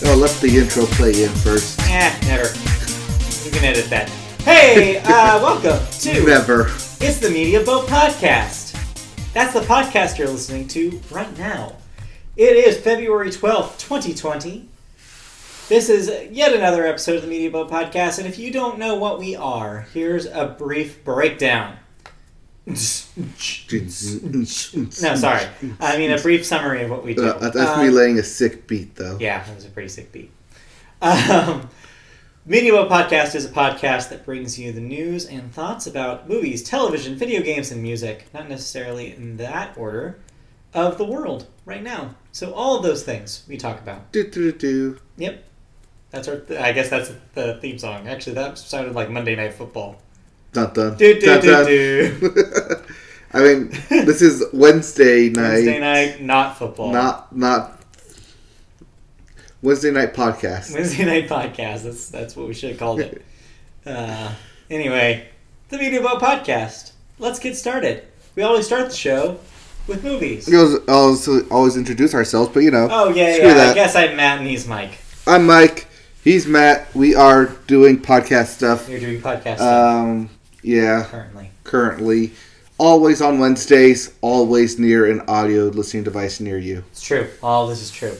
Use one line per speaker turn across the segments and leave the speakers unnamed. Oh, let the intro play in first.
Eh, never. You can edit that. Hey, uh, welcome to
Never.
It's the Media Boat Podcast. That's the podcast you're listening to right now. It is February 12th, 2020. This is yet another episode of the Media Boat Podcast, and if you don't know what we are, here's a brief breakdown. no,
no,
sorry. I mean, a brief summary of what we do.
Uh, that's
Um,
me laying a sick beat, though.
yeah, that was a pretty sick beat. Um, Media Boat Podcast is a podcast that brings you the news and thoughts about movies, television, video games, and music, not necessarily in that order, of the world right now. So all of those things we talk about.
Do, do, do.
Yep. That's our. I guess that's the theme song. Actually, that sounded like Monday Night Football.
Dun, dun.
Do, do,
Dun,
do,
dun.
do.
I mean, this is Wednesday night.
Wednesday night, not football.
Not, not. Wednesday night podcast.
Wednesday night podcast. That's that's what we should have called it. Uh, anyway, the Media Boat Podcast. Let's get started. We always start the show with movies.
We always- also always introduce ourselves, but you know.
Oh yeah,
Screw
yeah. I
that.
guess I'm Matt and he's Mike.
I'm Mike. He's Matt. We are doing podcast stuff.
You're doing podcast stuff
Um, yeah,
currently.
currently. Always on Wednesdays, always near an audio listening device near you.
It's true. All this is true.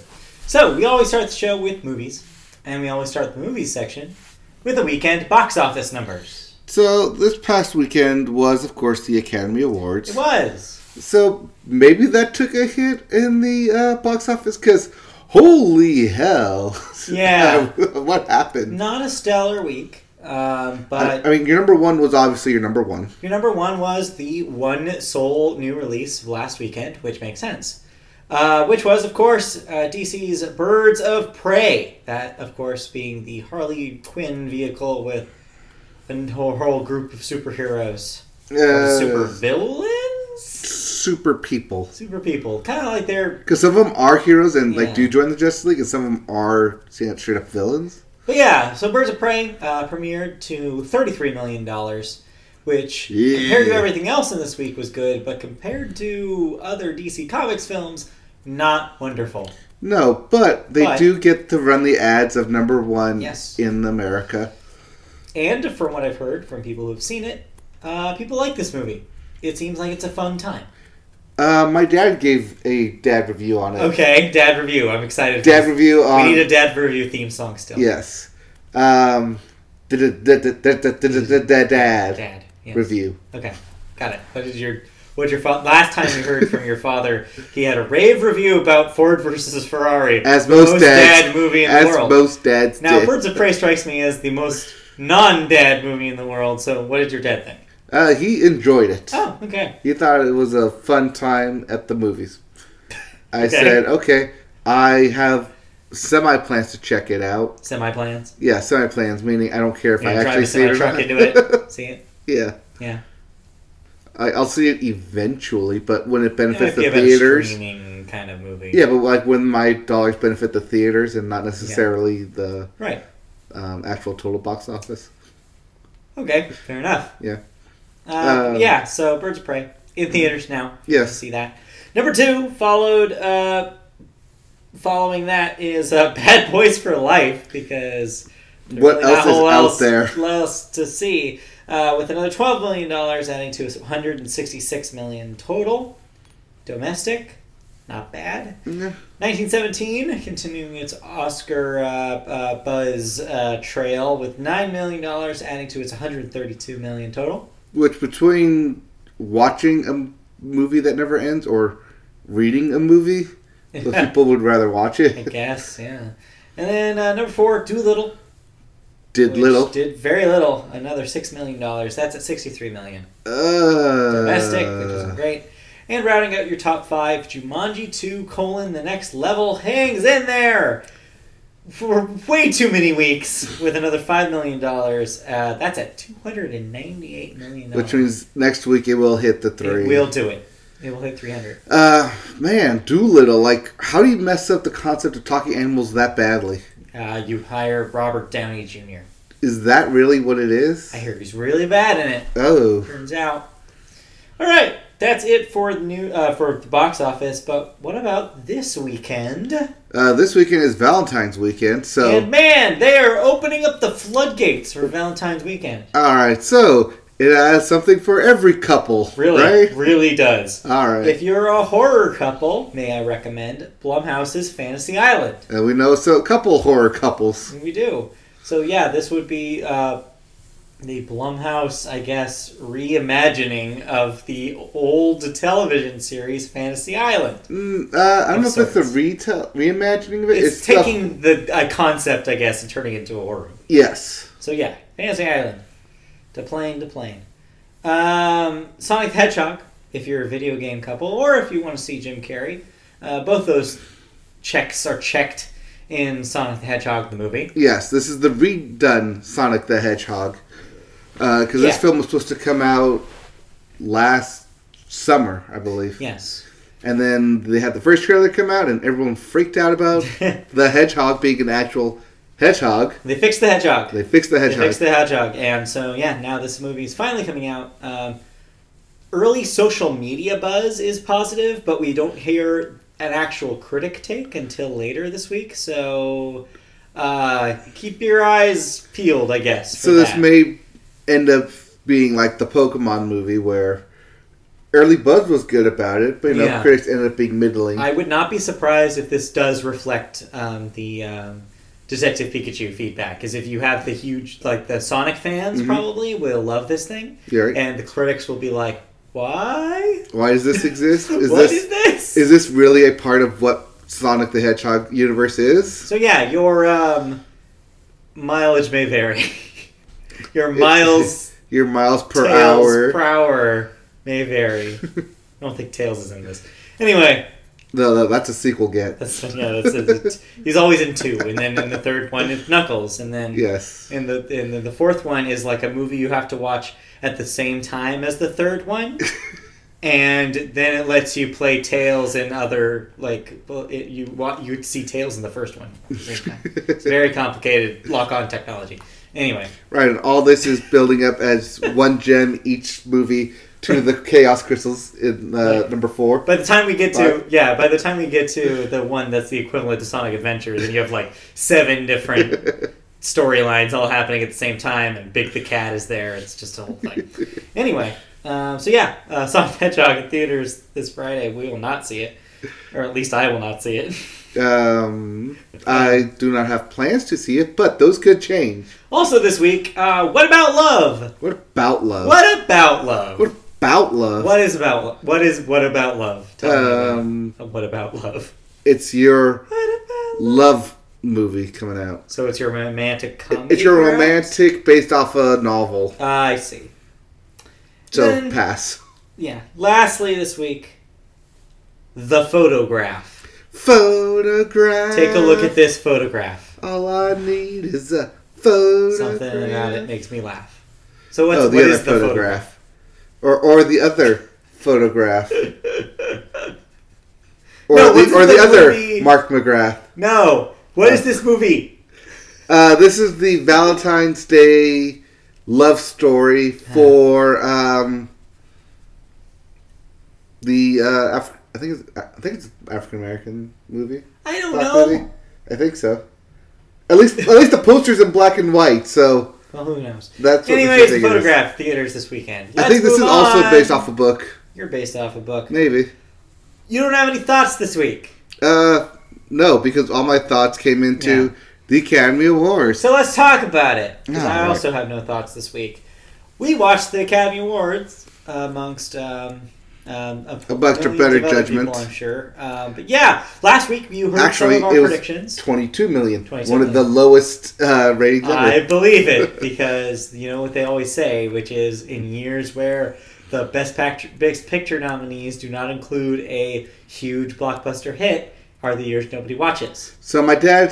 So we always start the show with movies, and we always start the movies section with the weekend box office numbers.
So, this past weekend was, of course, the Academy Awards.
It was.
So, maybe that took a hit in the uh, box office because holy hell.
Yeah.
what happened?
Not a stellar week, um,
I,
but
I mean, your number one was obviously your number one.
Your number one was the one sole new release of last weekend, which makes sense. Uh, which was, of course, uh, DC's Birds of Prey. That, of course, being the Harley Quinn vehicle with a whole, whole group of superheroes.
Uh,
super villains?
super people.
Super people. Kind of like they're.
Because some of them are heroes and like
Yeah.
do join the Justice League, and some of them are straight up- straight up villains.
But yeah, so Birds of Prey uh, premiered to $33 million, which,
Yeah.
compared to everything else in this week, was good, but compared to other DC Comics films, not wonderful.
No, but they
But-
do get to run the ads of number one
Yes.
in America.
And from what I've heard from people who have seen it, uh, people like this movie. It seems like it's a fun time.
Uh, my dad gave a dad review on it.
Okay, dad review. I'm excited. for
Dad
this.
review on
we need a dad review theme song still.
yes. Um, da- da- da- da- da- da- da- da- da- dad
Dad. Yeah.
review.
Okay, got it. What is your what's your fa- last time we heard from your father? He had a rave review about Ford versus Ferrari,
As
the
most
most
dads-
dad movie in
As
the world.
most dads
now,
did.
Birds of Prey strikes me as the most non-dad movie in the world. So, what did your dad think?
Uh, he enjoyed it.
Oh, okay.
He thought it was a fun time at the movies. I
Okay.
said, okay, I have semi plans to check it out.
Semi plans.
Yeah, semi plans, meaning I don't care if
You
I
know, drive
actually
a
see it.
semi
Or
truck
not.
into it. See it.
yeah.
Yeah.
I, I'll see it eventually, but when it
It might
benefits
be
the
about a
theaters.
streaming kind of movie.
Yeah, but like when my dollars benefit the theaters and not necessarily the
Right.
um, actual total box office.
Okay. Fair enough.
Yeah.
Uh,
Um,
yeah. So Birds of Prey in theaters now. You
Yes.
can See that. Number two followed. Uh, following that is uh, Bad Boys for Life because there's
What
not
else
a
is
whole
out
else-
there?
Else to see. Uh, with another twelve million dollars adding to 166 million total, domestic, not bad.
Yeah.
1917, continuing its Oscar uh, uh, buzz uh, trail with $9 million, adding to its $132 million total.
Which between watching a m- movie that never ends or reading a movie, the people would rather watch
I
it.
guess, yeah. And then uh, number four, Doolittle.
Did
which
little.
Did very little. Another $6 million. That's at $63 million.
uh,
Domestic, which is great. And rounding out your top five, Jumanji 2, colon, the next level hangs in there for way too many weeks with another $5 million. Uh, that's at $298 million.
Which means next week it will hit the three.
It will do it. It will hit 300.
Uh, man, Doolittle. Like, how do you mess up the concept of talking animals that badly?
Uh, you hire Robert Downey Jr.
Is that really what it is?
I hear he's really bad in it.
Oh,
Turns out. All right. That's it for the new uh, for the box office. But what about this weekend?
Uh, this weekend is Valentine's weekend, so
And man, they are opening up the floodgates for Valentine's weekend.
all right, so it has something for every couple,
Really,
right?
really does.
All right,
If you're a horror couple, may I recommend Blumhouse's Fantasy Island?
and we know so a couple horror couples.
We do. So yeah, this would be uh, the Blumhouse, I guess, reimagining of the old television series Fantasy Island.
Mm, uh, I don't
Of
know if it's a
sorts.
retell reimagining of it.
It's,
stuff-
taking the uh, concept, I guess, and turning it into a horror.
yes,
So yeah, Fantasy Island, to plane to plane. Um, Sonic the Hedgehog, if you're a video game couple, or if you want to see Jim Carrey, uh, both those checks are checked in Sonic the Hedgehog the movie.
yes. This is the redone Sonic the Hedgehog because
Yeah.
this film was supposed to come out last summer, I believe,
Yes.
and then they had the first trailer come out, and everyone freaked out about the hedgehog being an actual hedgehog.
They fixed the hedgehog.
They fixed the
They
hedgehog.
fixed the hedgehog, and so yeah, now this movie is finally coming out. Um, early social media buzz is positive, but we don't hear an actual critic take until later this week. So uh, keep your eyes peeled, I guess. for
so this
that.
may end up being like the Pokemon movie where early buzz was good about it, but you know
Yeah.
critics ended up being middling.
I would not be surprised if this does reflect um, the um, Detective Pikachu feedback, because if you have the huge, like the Sonic fans,
Mhm.
probably will love this thing,
You're right.
and the critics will be like, "Why?
Why does this exist? Is
What
this
is this?"
is this really a part of what Sonic the Hedgehog universe is?
So yeah, your um, mileage may vary. your miles
Your miles per
tails
hour.
per hour may vary. I don't think tails is in this. Anyway,
no, no, that's a sequel get.
that's yeah. That's, that's- he's always in two, and then in the third one it's Knuckles, and then
yes.
in the in the, the fourth one is like a movie you have to watch at the same time as the third one. And then it lets you play Tails and other like well, it, you wa- you'd see Tails in the first one. at the same time. It's very complicated lock-on technology. Anyway,
Right, and all this is building up as one gem each movie to the Chaos Crystals in uh,
Right.
number four.
by the time we get to
Right.
yeah, by the time we get to the one that's the equivalent to Sonic Adventure, then you have like seven different storylines all happening at the same time, and Big the Cat is there. It's just a whole thing. anyway, um, so yeah, uh, Sonic the Hedgehog in theaters this Friday. We will not see it, or at least I will not see it.
Um, I do not have plans to see it, but those could change.
Also this week, uh, what about love?
What about love?
What about love?
What about love?
What is about lo- what is what about love? Tell me
Um,
about what about love?
it's your
What about love?
love movie coming out.
So it's your romantic comedy.
It's your
perhaps?
romantic based off a novel.
I see.
So
Then-
pass.
Yeah. Lastly, this week, the photograph.
Photograph.
Take a look at this photograph.
All I need is a photograph.
Something about it makes me laugh. So what's,
Oh, the
what
other
is the photograph?
photograph. Or or the other photograph. Or
No, what's
the, or
the
the, other
movie-
Mark McGrath.
no. What is this movie?
Uh, this is the Valentine's Day love story
Uh-huh.
for um, the uh, Af- I think it's, I think it's African American movie.
I don't
black
know.
movie? I think so. At least, at least the poster's in black and white, so
Well, who knows?
that's what
Anyways, the
thinking it is.
photograph theaters this weekend.
I think this
Let's
is
move
also
on.
based off a book,
You're based off a book.
maybe.
You don't have any thoughts this week,
Uh, no, because all my thoughts came into
Yeah.
the Academy Awards.
so let's talk about it. 'cause
Oh,
I
right.
also have no thoughts this week. We watched the Academy Awards amongst um, um, a,
A bunch of
millions
better
other
judgment.
people, I'm sure. Um, but yeah, last week you heard
Actually,
some of
it
our
was
predictions.
Twenty-two million,
22
one of the lowest uh, ratings ever.
I believe it because you know what they always say, which is in years where the best picture, best picture nominees do not include a huge blockbuster hit, are the years nobody watches.
So my dad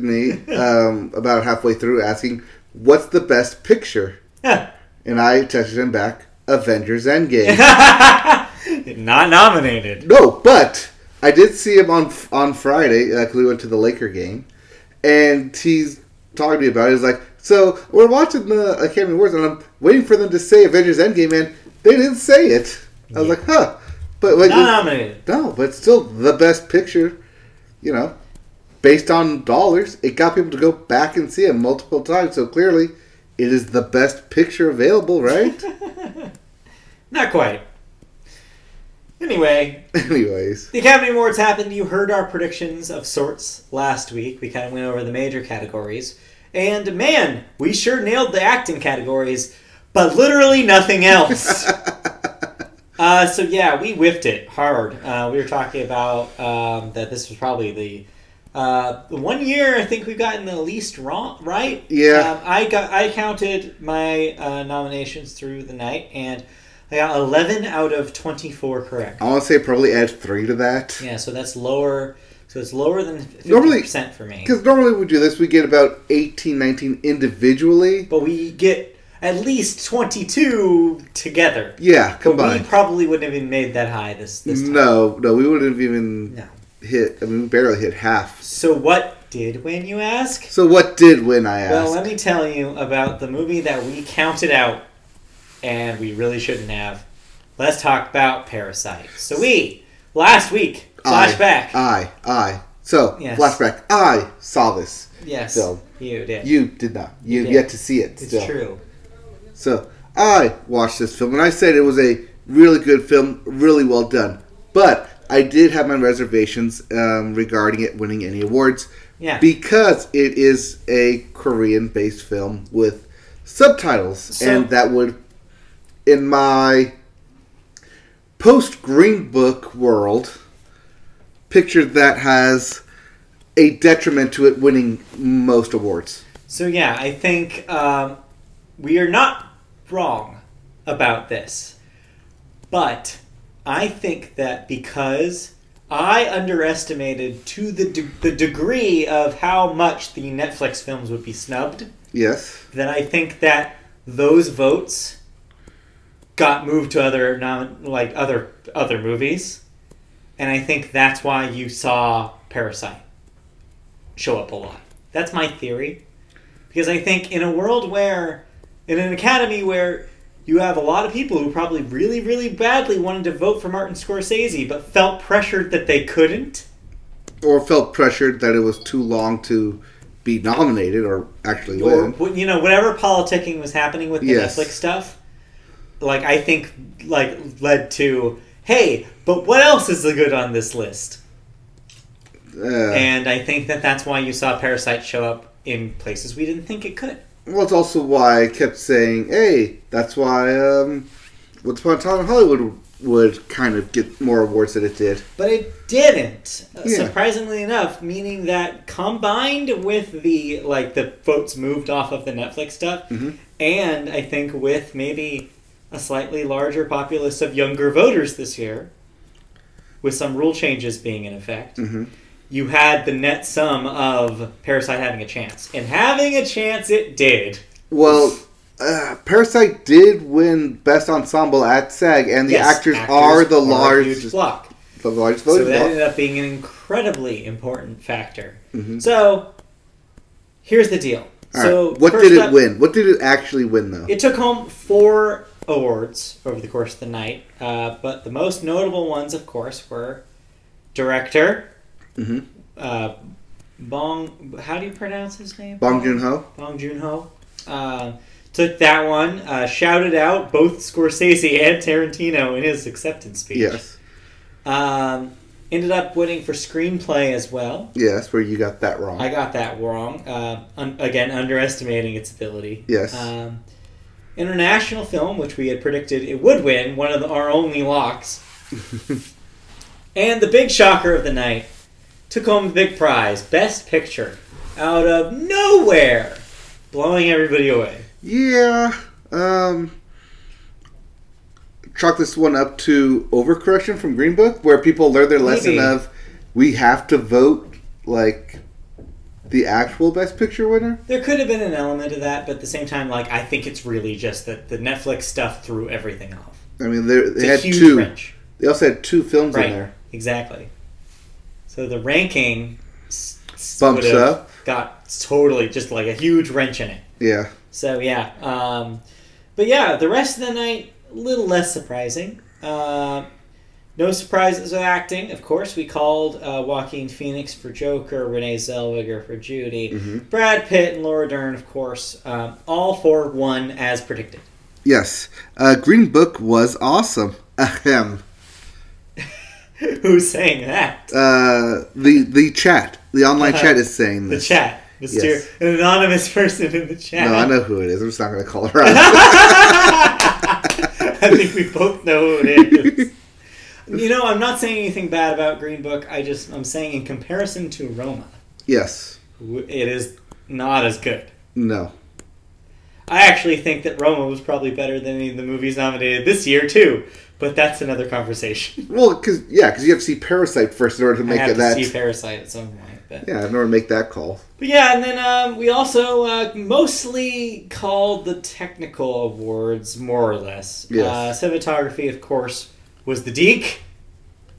me um, about halfway through asking, "What's the best picture?" And I texted him back, "Avengers Endgame."
not nominated.
no, but I did see him on on Friday because we went to the Laker game, and he's talking to me about it. He's like, "So we're watching the Academy Awards, and I'm waiting for them to say Avengers Endgame, and they didn't say it." I was like, huh. But like,
Not nominated.
no, but it's still the best picture, you know, based on dollars. It got people to go back and see it multiple times. So clearly, it is the best picture available, right?
Not quite. Anyway,
Anyways,
The Academy Awards happened. You heard our predictions of sorts last week. We kind of went over the major categories. And man, we sure nailed the acting categories, but literally nothing else. uh, so yeah, we whiffed it hard. Uh, we were talking about um, that this was probably the. Uh, the one year I think we've gotten the least wrong, right?
Yeah.
Um, I got I counted my uh, nominations through the night, and I got eleven out of twenty four correct.
I want to say probably add three to that.
Yeah, so that's lower. So it's lower than fifty
Normally-
percent for me.
Because normally we do this, we get about 18, 19 individually.
But we get at least twenty-two together.
Yeah,
But we
combined.
probably wouldn't have even made that high this this time.
No, no, we wouldn't have even
No.
hit. I mean, we barely hit half.
So what did win? You ask.
So what did win? I asked.
Well, let me tell you about the movie that we counted out, and we really shouldn't have. Let's talk about Parasite. So we last week
I-
flashback.
I, I. So
Yes.
flashback. I saw this.
yes,
so-
you did.
You did not. You've
did.
yet to see it.
it's
still.
true.
So I watched this film, and I said it was a really good film, really well done. But I did have my reservations um, regarding it winning any awards
Yeah.
because it is a Korean-based film with subtitles,
So-
and that would, in my post Green Book world, picture that has a detriment to it winning most awards.
So yeah, I think um, we are not wrong about this, but I think that because I underestimated to the de- the degree of how much the Netflix films would be snubbed,
Yes.
then I think that those votes got moved to other non like other other movies, and I think that's why you saw Parasite show up a lot. That's my theory, because I think in a world where, in an academy where you have a lot of people who probably really really badly wanted to vote for Martin Scorsese but felt pressured that they couldn't.
or felt pressured that it was too long to be nominated or actually
or
win.
wh- you know whatever politicking was happening with the
Yes.
Netflix stuff, like I think like led to hey, but what else is good on this list?
Uh,
And I think that that's why you saw Parasite show up in places we didn't think it could.
well, it's also why I kept saying, "Hey, that's why um, Once Upon a Time in Hollywood would kind of get more awards than it did."
But it didn't, uh,
Yeah.
surprisingly enough. Meaning that combined with the like the votes moved off of the Netflix stuff,
Mhm.
and I think with maybe a slightly larger populace of younger voters this year, with some rule changes being in effect,
Mhm.
you had the net sum of Parasite having a chance, and having a chance it did.
Well, uh, Parasite did win Best Ensemble at SAG, and the
Yes,
actors, are the
a huge
largest,
block.
the largest
So
voting
that
bloc.
ended up being an incredibly important factor.
Mhm.
So here's the deal.
All right,
so
what
first
did it
up,
win? What did it actually win, though?
It took home four awards over the course of the night, uh, but the most notable ones, of course, were director
Mhm.
uh, Bong. How do you pronounce his name?
Bong Joon Ho.
Bong Joon Ho. Uh, took that one. Uh, shouted out both Scorsese and Tarantino in his acceptance speech.
Yes,
Um, ended up winning for screenplay as well.
yes, where you got that wrong.
I got that wrong. Uh, un- again, underestimating its ability.
Yes.
Um, international film, which we had predicted it would win, one of the, our only locks. um, and the big shocker of the night took home the big prize, Best Picture, out of nowhere, blowing everybody away.
Yeah. Um chalk this one up to overcorrection from Green Book, where people learn their lesson
Maybe.
of we have to vote like the actual best picture winner.
There could have been an element of that, but at the same time, like I think it's really just that the Netflix stuff threw everything off.
I mean they,
It's
they
a
had
huge
two
wrench.
they also had two films
Right.
in there.
Exactly. So the ranking s- s-
Bumps
would've
up.
got totally just like a huge wrench in it.
Yeah.
So yeah, um, but yeah, the rest of the night a little less surprising. Uh, no surprises with acting, of course. We called uh, Joaquin Phoenix for Joker, Renee Zellweger for Judy,
Mm-hmm.
Brad Pitt and Laura Dern, of course. Um, all for one as predicted.
Yes, uh, Green Book was awesome. Ahem.
Who's saying that?
Uh, the the chat, the online
Uh-huh.
chat is saying
The
this.
chat. Mr.
Yes.
An anonymous person in the chat.
No, I know who it is. I'm just not going to call her out.
I think we both know who it is. you know, I'm not saying anything bad about Green Book. I just I'm saying in comparison to Roma,
yes.
w- it is not as good.
No.
I actually think that Roma was probably better than any of the movies nominated this year too, but that's another conversation.
Well, because yeah, because you have to see Parasite first in order to
I
make
have
it
to
that.
see Parasite at some point, but
yeah, in order to make that call.
but yeah, and then um, we also uh, mostly called the technical awards more or less.
Yes.
Uh, cinematography, of course, was the Deke,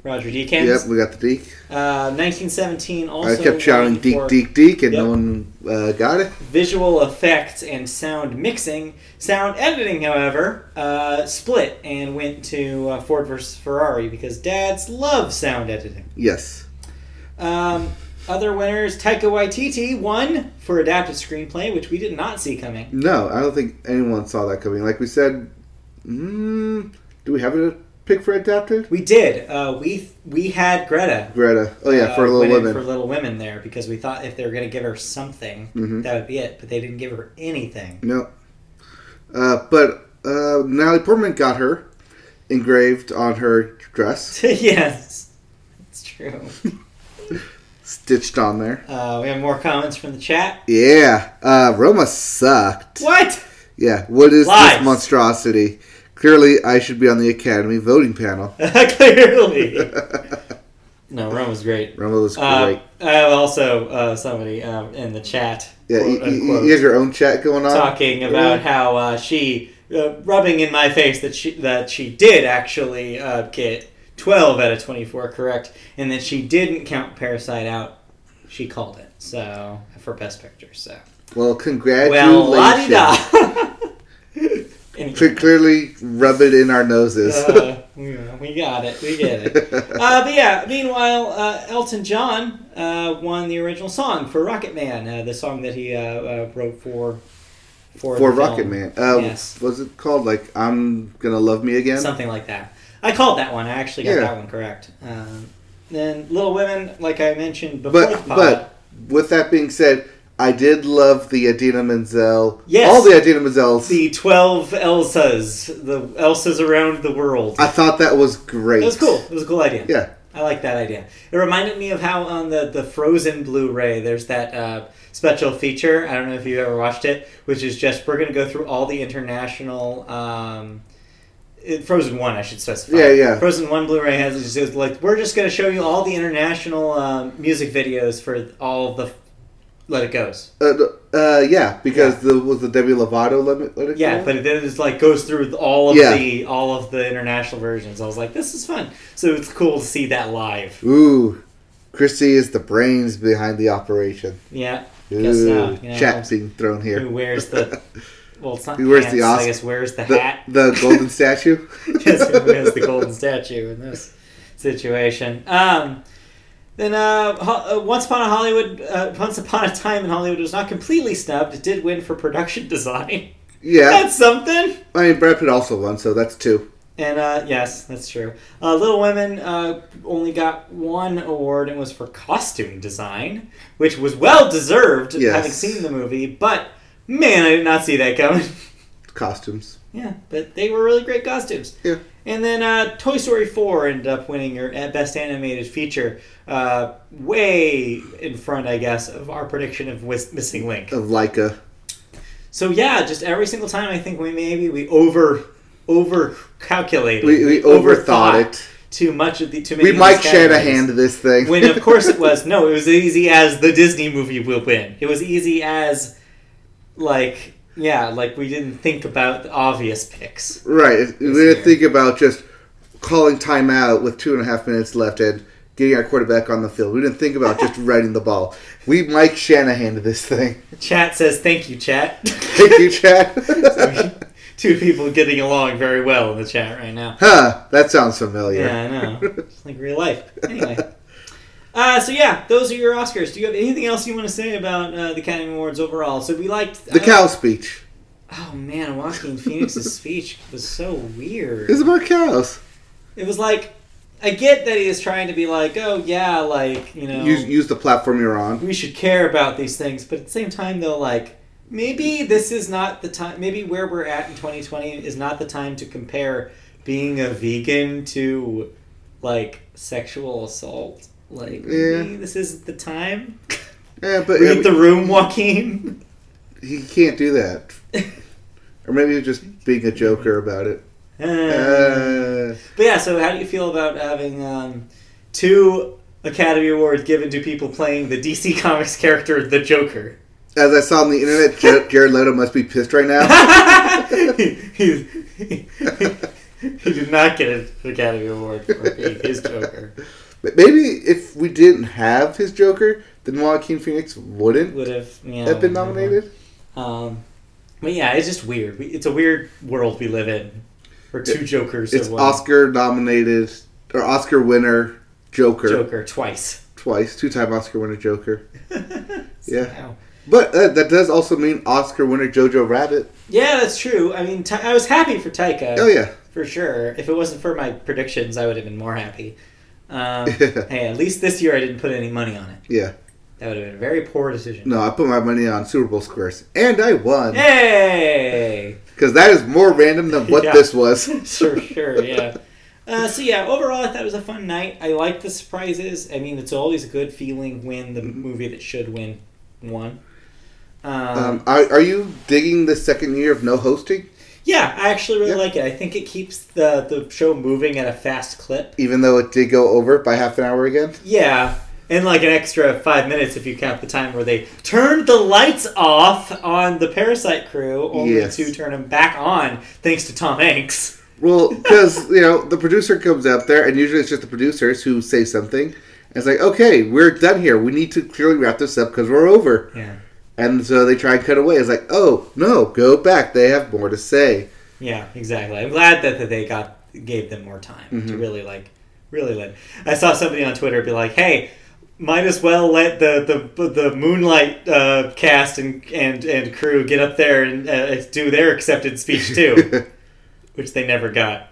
Roger Deakins.
Yep, we got the Deke.
Uh, 1917 also
I kept shouting
won for
Deke, Deke, Deke, and
Yep.
no one uh, got it.
visual effects and sound mixing. Sound editing, however, uh, split and went to uh, Ford versus Ferrari because dads love sound editing.
Yes.
Um, other winners: Taika Waititi won for adapted screenplay, which we did not see coming.
No, I don't think anyone saw that coming. Like we said, mm, do we have a pick for adapted?
We did. Uh, we we had Greta.
Greta. Oh yeah,
uh,
for Little
winning
Women.
For Little Women, there because we thought if they were going to give her something,
Mhm.
that would be it. But they didn't give her anything.
No. Uh, but uh, Natalie Portman got her engraved on her dress,
yes, that's true.
stitched on there.
Uh, we have more comments from the chat.
Yeah. Uh, Roma sucked.
What?
Yeah. What is
Lies.
this monstrosity? Clearly, I should be on the Academy voting panel.
Clearly. No, Rome was great.
Roma was great.
Uh, I have also uh, somebody um, in the chat
yeah,
quote,
you, you- you
unquote,
have your own chat going on.
talking about how uh, she uh, rubbing in my face that she that she did actually uh, get twelve out of twenty four correct, and that she didn't count Parasite out. She called it so for Best Picture. So
Well,
well, la di
congratulations.
da.
Cle- Clearly, rub it in our noses.
Uh, yeah, we got it. We get it. Uh, but yeah, meanwhile, uh, Elton John uh, won the original song for Rocket Man, uh, the song that he uh, uh, wrote for for,
for
the film.
Rocket Man. Uh,
Yes.
Was it called like "I'm Gonna Love Me Again"?
something like that. I called that one. I actually got
Yeah.
that one correct. Um, then Little Women, like I mentioned before, the pod,
But but with that being said, I did love the Adina Menzel.
Yes.
All the Adina Menzels.
the twelve Elsas, the Elsas around the world.
I thought that was great.
It was cool. It was a cool idea.
Yeah.
I like that idea. It reminded me of how on the, the Frozen Blu-ray, there's that uh, special feature. I don't know if you've ever watched it, which is just we're going to go through all the international um, it, Frozen One, I should specify.
Yeah, yeah.
Frozen One Blu-ray has it's just like we're just going to show you all the international um, music videos for all the Let It Go's.
Uh, uh, yeah, because the was the Debbie Lovato limit. Let it
Yeah,
go?
but it then it's like goes through all of
Yeah.
the all of the international versions. I was like, this is fun. So it's cool to see that live.
ooh, Christy is the brains behind the operation.
Yeah.
Ooh,
Guess not, you know.
chat being thrown here.
Who wears the well? It's not
Who wears the
pants, I
Os-
guess wears the,
the,
hat.
the golden statue.
yes, who wears the golden statue in this situation? Um, then uh, Ho- uh, once upon a Hollywood, uh, once upon a time in Hollywood was not completely snubbed. It did win for production design.
Yeah,
That's something.
I mean Brad Pitt also won, so that's two.
And uh, yes, that's true. Uh, Little Women uh, only got one award and was for costume design, which was well deserved,
Yes.
having seen the movie. But man, I did not see that coming.
costumes.
Yeah, but they were really great costumes.
Yeah.
And then uh, Toy Story 4 ended up winning your uh, Best Animated Feature, uh, way in front, I guess, of our prediction of Wis- Missing Link.
Of Leica.
So yeah, just every single time I think we maybe we over over calculated,
We, we overthought it.
too much of the too many.
We
of these
Mike Shanahan
categories.
to this thing.
when of course it was no, it was easy as the Disney movie will win. It was easy as like yeah, like we didn't think about the obvious picks.
right. if- We
year.
didn't think about just calling timeout with two and a half minutes left and getting our quarterback on the field. We didn't think about just running the ball. We Mike Shanahan to this thing.
Chat says thank you, chat.
Thank you, Chad.
two people getting along very well in the chat right now.
Huh, that sounds familiar.
Yeah, I know. It's like real life. Anyway. Uh, so yeah, those are your Oscars. Do you have anything else you want to say about uh, the Academy Awards overall? So we liked
The
I-
cow speech
Oh man, Joaquin Phoenix's speech was so weird.
is about cows.
It was like I get that he is trying to be like, oh yeah, like you know,
Use, use the platform you're on.
we should care about these things, but at the same time though, like maybe this is not the time. Maybe where we're at in 2020 is not the time to compare being a vegan to like sexual assault. Like
Yeah.
maybe this isn't the time.
Yeah, but
Read the room, Joaquin.
he can't do that. or maybe he's just being a joker about it. Uh,
But yeah, so how do you feel about having um, two Academy Awards given to people playing the DC Comics character the Joker?
as I saw on the internet, Jared, Jared Leto must be pissed right now.
he, he- he- he did not get an Academy Award for being his Joker.
But maybe if we didn't have his Joker, then Joaquin Phoenix wouldn't
Would have you know,
have been nominated.
Um, but yeah, it's just weird. We, it's a weird world we live in. For two Jokers,
It's
in one
Oscar nominated or Oscar winner Joker
Joker twice.
twice, two time Oscar winner Joker. Yeah.
Somehow.
But uh, that does also mean Oscar winner Jojo Rabbit.
Yeah, that's true. I mean, Ta- I was happy for Taika.
Oh yeah,
For sure. If it wasn't for my predictions, I would have been more happy. Um,
Yeah.
hey, at least this year I didn't put any money on it.
yeah.
That would have been a very poor decision.
No, I put my money on Super Bowl squares, and I won
Hey!
because that is more random than what
Yeah.
this was.
sure, sure, yeah. Uh, so yeah, overall, I thought it was a fun night. I liked the surprises. I mean, it's always a good feeling when the
Mm-hmm.
movie that should win won. Um,
Um, are, are you digging the second year of no hosting?
yeah, I actually really
yeah.
like it. I think it keeps the the show moving at a fast clip.
Even though it did go over by half an hour again.
Yeah, and like an extra five minutes if you count the time where they turned the lights off on the Parasite crew, only
Yes.
to turn them back on thanks to Tom Hanks.
Well, because you know the producer comes out there, and usually it's just the producers who say something. And it's like, okay, we're done here. We need to clearly wrap this up because we're over.
Yeah,
And so they try and cut away. It's like, oh no, go back. They have more to say.
yeah, exactly. I'm glad that, that they got gave them more time to really like really let. I saw somebody on Twitter be like, "Hey." Might as well let the the, the moonlight uh, cast and, and and crew get up there and uh, do their accepted speech too, which they never got.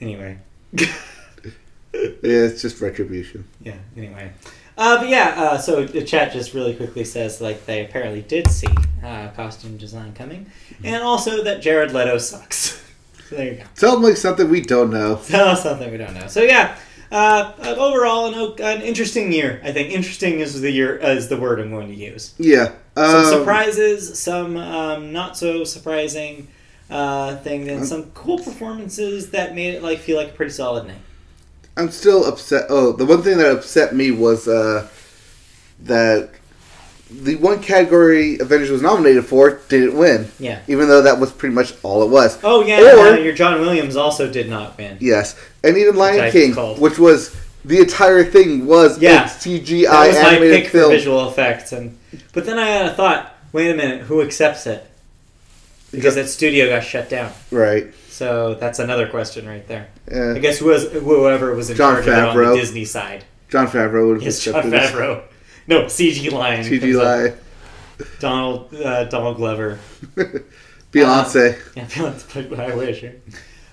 Anyway,
Yeah, it's just retribution.
yeah anyway uh, but yeah uh, so the chat just really quickly says like they apparently did see uh, costume design coming and also that jared leto sucks so there you go
Tell them like something we don't know.
so something we don't know so yeah uh, uh, overall an, o- an interesting year i think interesting is the year uh, is the word i'm going to use
Yeah.
some
Um,
surprises some um, not so surprising uh, things
Mm.
and some cool performances that made it like feel like a pretty solid night
I'm still upset. Oh, the one thing that upset me was uh, that the one category Avengers was nominated for didn't win,
yeah
even though that was pretty much all it was.
oh yeah
Or-
uh, your john williams also did not win
Yes, and even Lion
I
King,
called.
which was the entire thing was
Yeah.
a CGI
that was my
animated
pick for
film.
visual effects, and but then I had a thought. Wait a minute, who accepts it? Because that studio got shut down.
Right.
So that's another question right there. I
Uh,
guess who was whoever was in
Jon
charge of it on
Favreau.
the Disney side.
John Favreau would have
Yes, John
accepted this.
Favreau. No CG Lion. comes up.
CGI.
Donald uh, Donald Glover.
Beyonce.
Yeah, that's what I wish. right?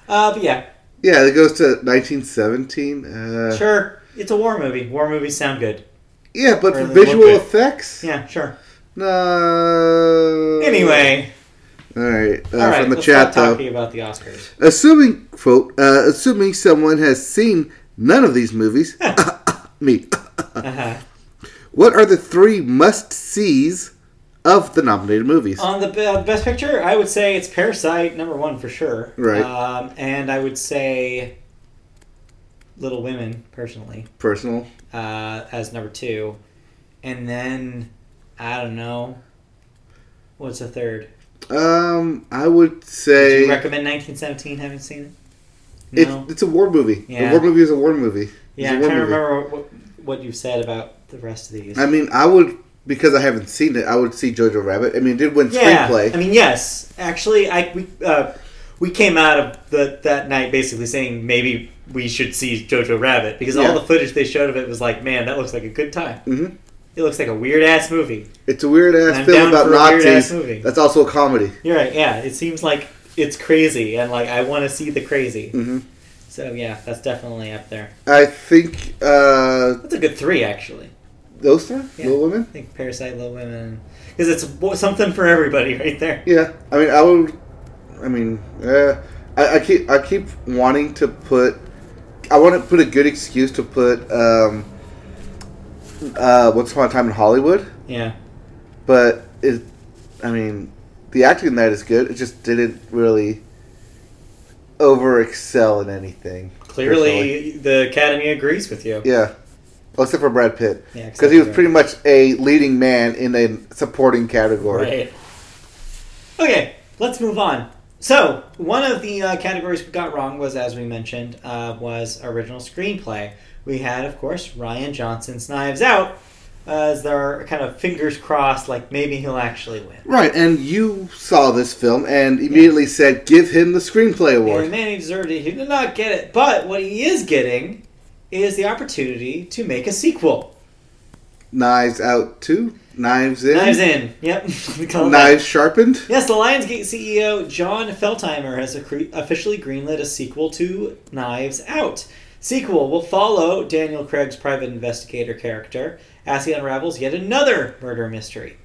Uh, but yeah,
yeah, it goes to 1917. Uh,
sure. It's a war movie. War movies sound good.
Yeah, but
Or
for
the
visual
Olympic.
effects?
Yeah, sure.
No.
Anyway,
All right. Uh,
all right.
from the
let's
chat,
stop
though.
talking about the Oscars.
Assuming, quote, uh, assuming someone has seen none of these movies, me,
Uh-huh.
what are the three must sees of the nominated movies?
On the be- uh, best picture, I would say it's Parasite number one for sure.
Right.
Um, and I would say Little Women personally
Personal.
uh, as number two, and then I don't know. What's the third?
Um, I would
Would
say
you recommend 1917? Haven't seen it.
it,
No.
it's a war movie.
Yeah.
A war movie is a war movie.
yeah,
a
I'm
war
trying to
movie.
remember what, what you said about the rest of these.
I mean, I would because I haven't seen it, I would see Jojo Rabbit. I mean, it did win
Yeah,
screenplay.
I mean, yes. Actually, I we uh, we came out of the, that night basically saying maybe we should see Jojo Rabbit because
Yeah.
all the footage they showed of it was like, man, that looks like a good time.
Mhm.
It looks like a weird ass movie.
it's a weird
I'm
ass film
down
about
for a weird-ass
Nazis.
movie.
That's also a comedy.
You're right. Yeah, it seems like it's crazy, and like I want to see the crazy.
Mhm.
So yeah, that's definitely up there.
I think uh,
That's a good three, actually.
those three,
Yeah.
Little Women.
I think Parasite, Little Women, because it's w- something for everybody right there.
Yeah, I mean, I would. I mean, uh, I, I keep I keep wanting to put. I want to put a good excuse to put. Um, uh, Once upon a time in Hollywood,
Yeah,
but it. I mean, the acting in that is good. It just didn't really over excel in anything.
clearly the Academy agrees with you.
Yeah, Well, except for Brad Pitt,
Yeah,
because he was pretty much a leading man in a supporting category.
Right. Okay, let's move on. So, one of the uh, categories we got wrong was, as we mentioned, uh, was original screenplay. We had, of course, Ryan Johnson's Knives Out as their kind of fingers crossed, like maybe he'll actually win.
Right, and you saw this film and immediately said, "Give him the screenplay award."
And the man he deserved it. He did not get it, but what he is getting is the opportunity to make a sequel.
Knives Out Two, Knives In,
Knives in. Yep. We call it that.
Knives Sharpened.
Yes, the Lionsgate CEO John Feltheimer has accre- officially greenlit a sequel to Knives Out. Sequel will follow Daniel Craig's private investigator character as he unravels yet another murder mystery.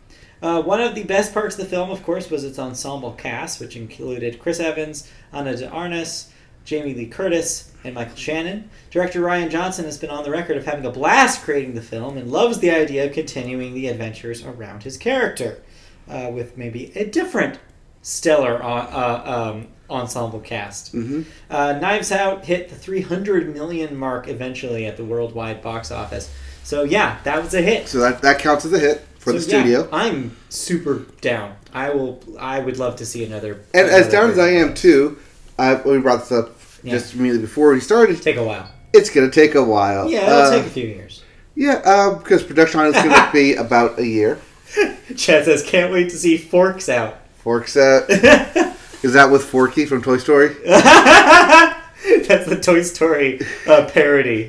Uh, one of the best parts of the film, of course, was its ensemble cast, which included Chris Evans, Anna de Armas, Jamie Lee Curtis, and Michael Shannon. Director Ryan Johnson has been on the record of having a blast creating the film and loves the idea of continuing the adventures around his character uh, with maybe a different stellar uh, uh, um, ensemble cast.
Mm-hmm.
Uh, Knives Out hit the 300 million mark eventually at the worldwide box office. So yeah, that was a hit
So that that counts as a hit for the
So, yeah,
studio.
I'm super down. I will. I would love to see another.
And as down
another
as I
version.
am too, I we brought this up
Yeah.
just immediately before we started.
take a while.
It's gonna take a while.
Yeah, it'll
Uh,
take a few years.
yeah, because production on it's gonna be about a year.
Chad says, "Can't wait to see Forks out."
Forks out. Is that with Forky from Toy Story?
That's the Toy Story uh, parody.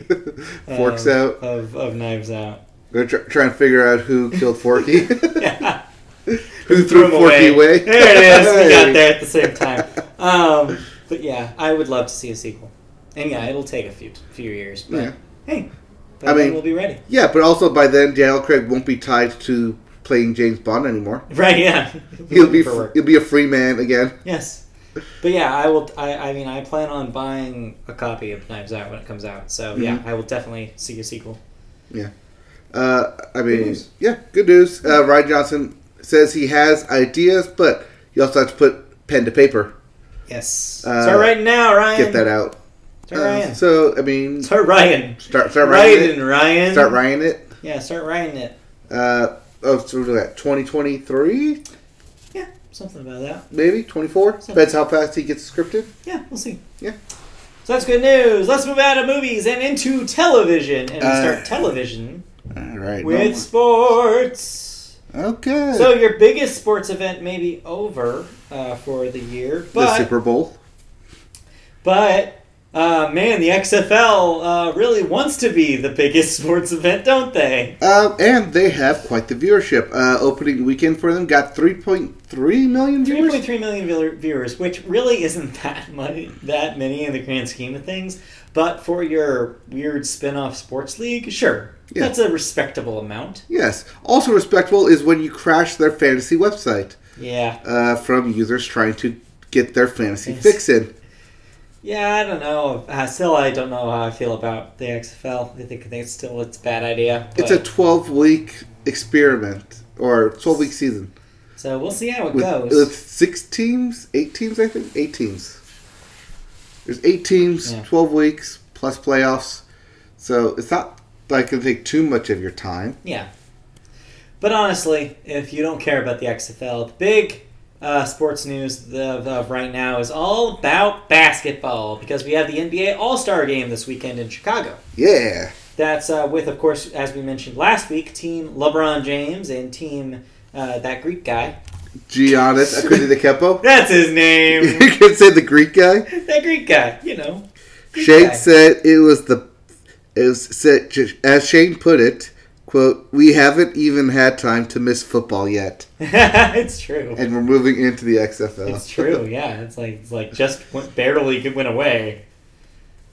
Forks
um,
out.
of, of Knives Out.
We're try, trying to figure out who killed Forky.
Yeah.
Who threw
him
Forky away?
There it is. We
Hey.
got there at the same time. Um, but yeah, I would love to see a sequel. And yeah, it'll take a few few years. But
Yeah.
hey, but
I
then
mean-
we'll be ready.
Yeah, but also by then Daniel Craig won't be tied to playing James Bond anymore.
Right? Yeah.
He'll be
For work.
he'll be a free man again.
Yes. But yeah, I will. I, I mean, I plan on buying a copy of Knives Out when it comes out. So yeah,
Mm-hmm.
I will definitely see a sequel.
Uh, I mean,
news.
yeah, good news. Uh, Ryan Johnson says he has ideas, but you also have to put pen to paper,
Yes.
Uh,
start right now, Ryan.
get that out.
Start
Uh,
Ryan.
so I mean,
Start Ryan.
start start
Ryan.
writing it.
Ryan.
Start writing it.
Yeah, start Ryan it.
Uh, oh, so we're at twenty twenty three,
Yeah, something about that.
maybe twenty four. Depends how fast he gets scripted.
Yeah, we'll see.
Yeah.
So that's good news. Let's move out of movies and into television. And we
Uh,
start television
All right.
with sports.
okay.
So your biggest sports event may be over uh, for the year,
the
but
Super Bowl.
but uh, man, the XFL uh, really wants to be the biggest sports event, don't they?
Um, and they have quite the viewership. Uh, opening weekend for them got 3.3 million
Three
viewers.
point three million vil- viewers, which really isn't that much, that many in the grand scheme of things. But for your weird spin-off sports league, sure,
Yeah.
that's a respectable amount.
Yes. Also respectable is when you crash their fantasy website
Yeah,
uh, from users trying to get their fantasy
Yes.
fix in.
yeah, I don't know. Uh, still, I don't know how I feel about the XFL. I think it's still it's a bad idea.
It's a 12 week experiment or 12 week season
but- so we'll see how it
with,
goes.
with six teams, eight teams, I think. Eight teams. There's eight teams,
Yeah.
12 weeks, plus playoffs. So it's not like it'll take too much of your time.
Yeah. But honestly, if you don't care about the XFL, the big uh, sports news of, of right now is all about basketball because we have the NBA All Star game this weekend in Chicago.
Yeah.
That's uh, with, of course, as we mentioned last week, Team LeBron James and Team uh, that Greek guy.
Giannis Akudikepo.
That's his name.
you can say the Greek guy.
that Greek guy, you know. Greek
Shane
guy.
said it was the it was said, as Shane put it, quote, "We haven't even had time to miss football yet,
it's true.
and we're moving into the XFL."
It's true. Yeah, it's like it's like just went, barely g- went away.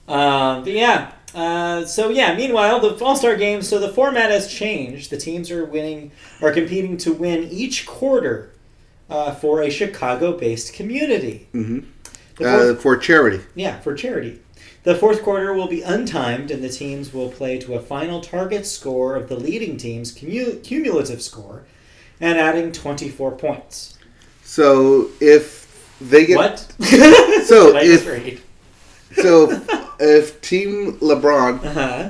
Um, but yeah. Uh, so yeah. Meanwhile, the All Star Game. So the format has changed. The teams are winning, are competing to win each quarter uh, for a Chicago-based community.
hmm
The
uh,
fourth-
for charity.
yeah, for charity. The fourth quarter will be untimed, and the teams will play to a final target score of the leading team's cumu- cumulative score, and adding twenty-four points.
So if they get
What?
So
Did I
if-
misread?
so if Team LeBron
Uh-huh.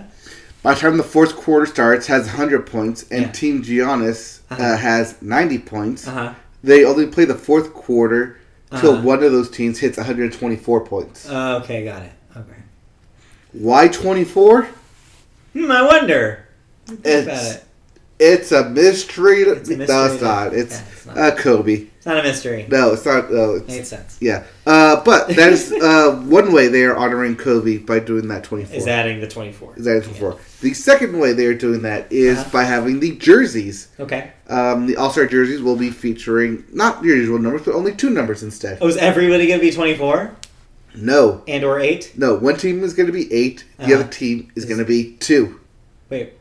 by the time the fourth quarter starts has 100 points and
Yeah.
Team Giannis uh
Uh-huh.
has 90 points,
Uh-huh.
they only play the fourth quarter till
Uh-huh.
one of those teams hits 124 points.
Oh, okay, got it. Okay.
Why 24?
Hmm, I wonder. Think about
It's
it.
it's a mystery.
It's a
No,
mystery
it's
to-
not. It's
yeah, it's not.
uh, Kobe.
It's not a mystery.
No, it's not. No, it's,
Makes sense.
yeah. Uh, but that is uh, one way they are honoring Kobe by doing that 24.
Is adding the twenty-four.
Is that it's for. The second way they are doing that is
Uh-huh.
by having the jerseys.
Okay.
Um, the All Star jerseys will be featuring not your usual numbers, but only two numbers instead.
Oh, is everybody gonna be twenty-four
No,
and or eight?
no. One team is going to be 8 The
Uh-huh.
other team is
Is-
going to be two.
Wait,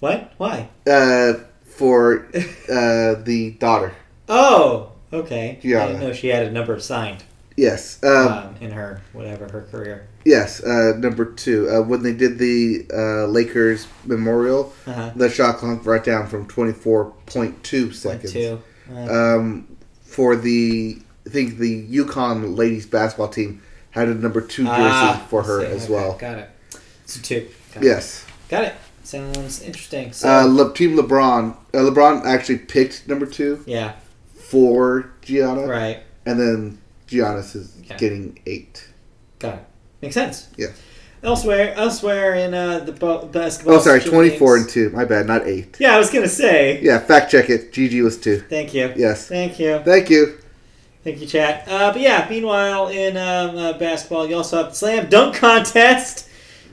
what? Why?
Uh, for uh, the daughter.
Oh, okay.
Yeah.
I didn't know she had a number assigned
Yes. Um,
um, in her whatever her career.
Yes, uh, number two. Uh, when they did the uh, Lakers Memorial,
Uh-huh.
the shot clock brought down from 24.2
Point
seconds.
two. Uh,
Um, for the, I think the Yukon ladies basketball team had a number two jersey
ah,
for her
I see.
as
Okay,
well.
Got it. So two. Got it.
Yes.
Got it. Sounds interesting. So
Uh, Le- team LeBron. Uh, LeBron actually picked number two
yeah,
for Gianna,
right.
and then Giannis is
Okay.
getting eight.
Got it. Makes sense.
Yeah.
Elsewhere, elsewhere in uh, the bo- basketball.
Oh, sorry,
Super
twenty-four
Leagues-
and two. My bad, not eight.
Yeah, I was gonna say.
Yeah, fact check it. Gigi was two.
Thank you.
Yes.
Thank you.
Thank you.
Thank you, chat. Uh, but yeah, meanwhile in um, uh, basketball, you also have the slam dunk contest.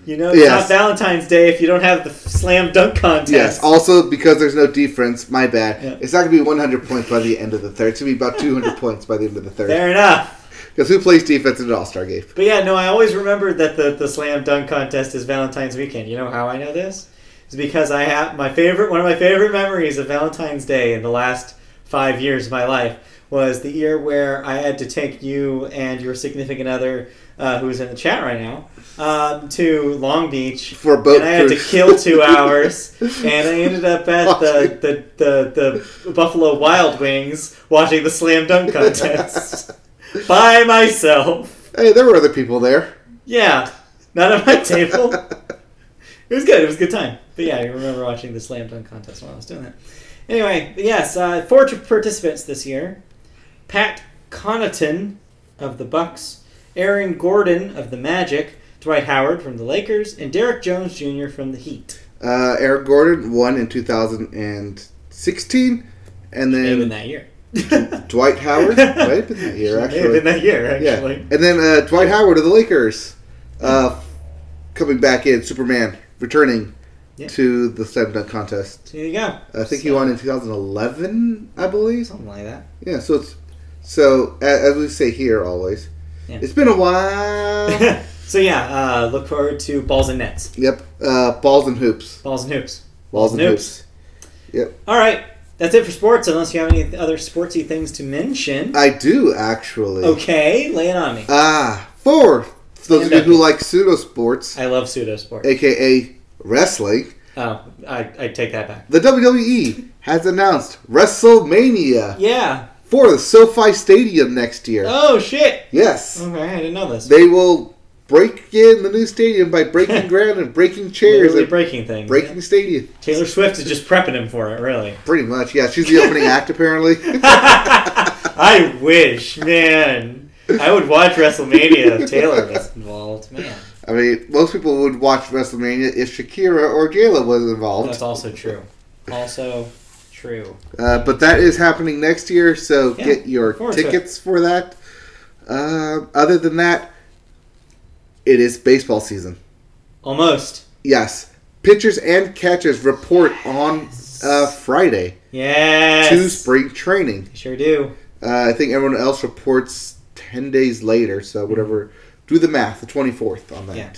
You know, it's
Yes.
not Valentine's Day if you don't have the f- slam dunk contest.
Yes. Also, because there's no defense, my bad.
Yeah.
It's not going to be 100 points by the end of the third. It's going to be about 200 points by the end of the third.
Fair enough.
Because who plays defense in an All Star game?
But yeah, no, I always remembered that the, the slam dunk contest is Valentine's weekend. You know how I know this? It's because I have my favorite one of my favorite memories of Valentine's Day in the last five years of my life was the year where I had to take you and your significant other, uh, who's in the chat right now, um, to Long Beach
For both.
and I had to
crews.
kill two hours, and I ended up at the, the, the, the Buffalo Wild Wings watching the slam dunk contest by myself.
hey, there were other people there.
Yeah, not at my table. It was good. It was a good time. But yeah, I remember watching the slam dunk contest while I was doing that. Anyway, but yes, uh, four tr- participants this year: Pat Connaughton of the Bucks, Aaron Gordon of the Magic, Dwight Howard from the Lakers, and Derek Jones Jr. from the Heat.
Uh, Eric Gordon won in 2016. And
May have been
then
that year. May
Dwight Howard. Might have been that year,
have been
actually.
that year,
Yeah.
actually.
And then uh, Dwight Howard of the Lakers uh, coming back in, Superman, returning
Yeah.
to the slam dunk contest.
So there you go.
I think he
So-
won in 2011, I believe.
Something like that.
Yeah, so it's so a- as we say here always,
Yeah.
it's been a while.
so yeah, uh, look forward to balls and nets,
yep, uh, balls and hoops,
balls and hoops.
balls and
Noops.
hoops.
All right, that's it for sports. Unless you have any other sportsy things to mention.
I do actually.
Okay, lay it on me.
Ah, four. For those of you
Stand up.
who like pseudo sports,
I love pseudo sport.
aka wrestling,
Oh, I, I take that back.
the WWE has announced WrestleMania
Yeah.
for the SoFi Stadium next year.
Oh shit.
Yes,
Okay, I didn't know this.
they will break in the new stadium by breaking ground and breaking chairs
Literally
and
breaking things.
breaking the stadium.
Taylor Swift is just prepping him for it, really.
Pretty much, yeah. She's the opening act, apparently.
I wish, man. I would watch WrestleMania if Taylor was involved, man.
I mean, most people would watch WrestleMania if Shakira or Gala was
That's
involved.
also true. Also true.
Uh, but that is happening next year, so
Yeah,
get your
look forward to it.
tickets for that. Uh, other than that, it is baseball season.
Almost.
Yes. Pitchers and catchers report on uh, Friday
Yes.
to spring training.
They Sure do.
Uh, I think everyone else reports 10 days later, so whatever. Do the math, the 24th on that.
Mm-hmm. Yeah.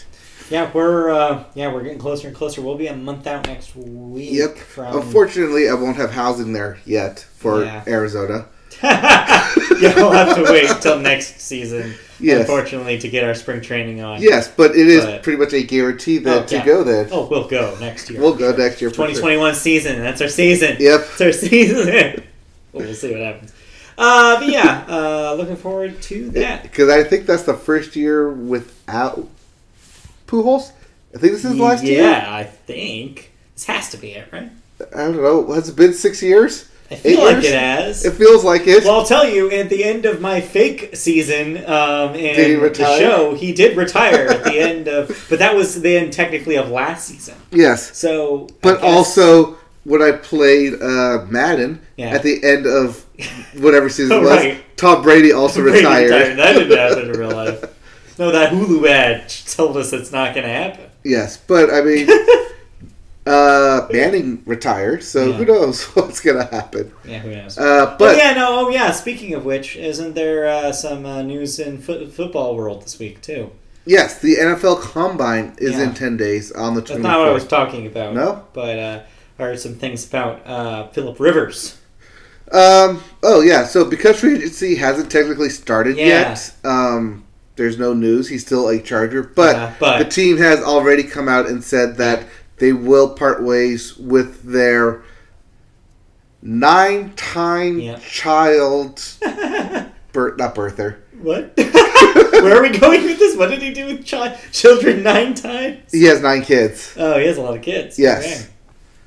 Yeah, we're uh, yeah we're getting closer and closer. We'll be a month out next week.
Yep.
From...
Unfortunately, I won't have housing there yet for
Yeah.
Arizona.
yeah, we'll have to wait till next season.
Yes.
Unfortunately, to get our spring training on.
Yes, but it is
But-
pretty much a guarantee that
Oh,
to
yeah.
go there.
Oh, we'll go next year.
we'll go next year. for sure.
2021 season. That's our season.
Yep.
It's our season. well, we'll see what happens. Uh, but yeah, uh, looking forward to that.
Because I think that's the first year without Pujols. I think this is last
yeah,
year.
I think this has to be it, right?
I don't know. Has it been six years?
I feel like
years?
it has.
It feels like it.
well, I'll tell you, at the end of my fake season um, and
Did he
the
retire?
show, he did retire at the end of, but that was the end technically of last season.
yes.
So, I
But
guess-
also, when I played uh, Madden
Yeah.
at the end of whatever season
Oh,
it was,
right.
Tom Brady also
Brady
retired.
That didn't happen in real life. No, that Hulu ad told us it's not going to happen.
Yes, but I mean, uh, Manning retired, so
Yeah.
who knows what's going to happen.
Yeah, who knows?
Uh,
But
but
yeah, no, oh yeah. Speaking of which, isn't there uh, some uh, news in fo- football world this week too?
yes, the NFL Combine is
Yeah.
in 10 days on the 24th.
That's not what I was talking about.
No?
but uh, I heard some things about uh, Philip Rivers.
Um. Oh yeah. So because free agency hasn't technically started
Yeah.
yet, um, there's no news. He's still a Charger, but,
Yeah, Uh, but-
the team has already come out and said that they will part ways with their nine-time
Yeah.
child, Bert, not Berther.
What? Where are we going with this? What did he do with chi- children nine times?
He has nine kids.
Oh, he has a lot of kids.
Yes.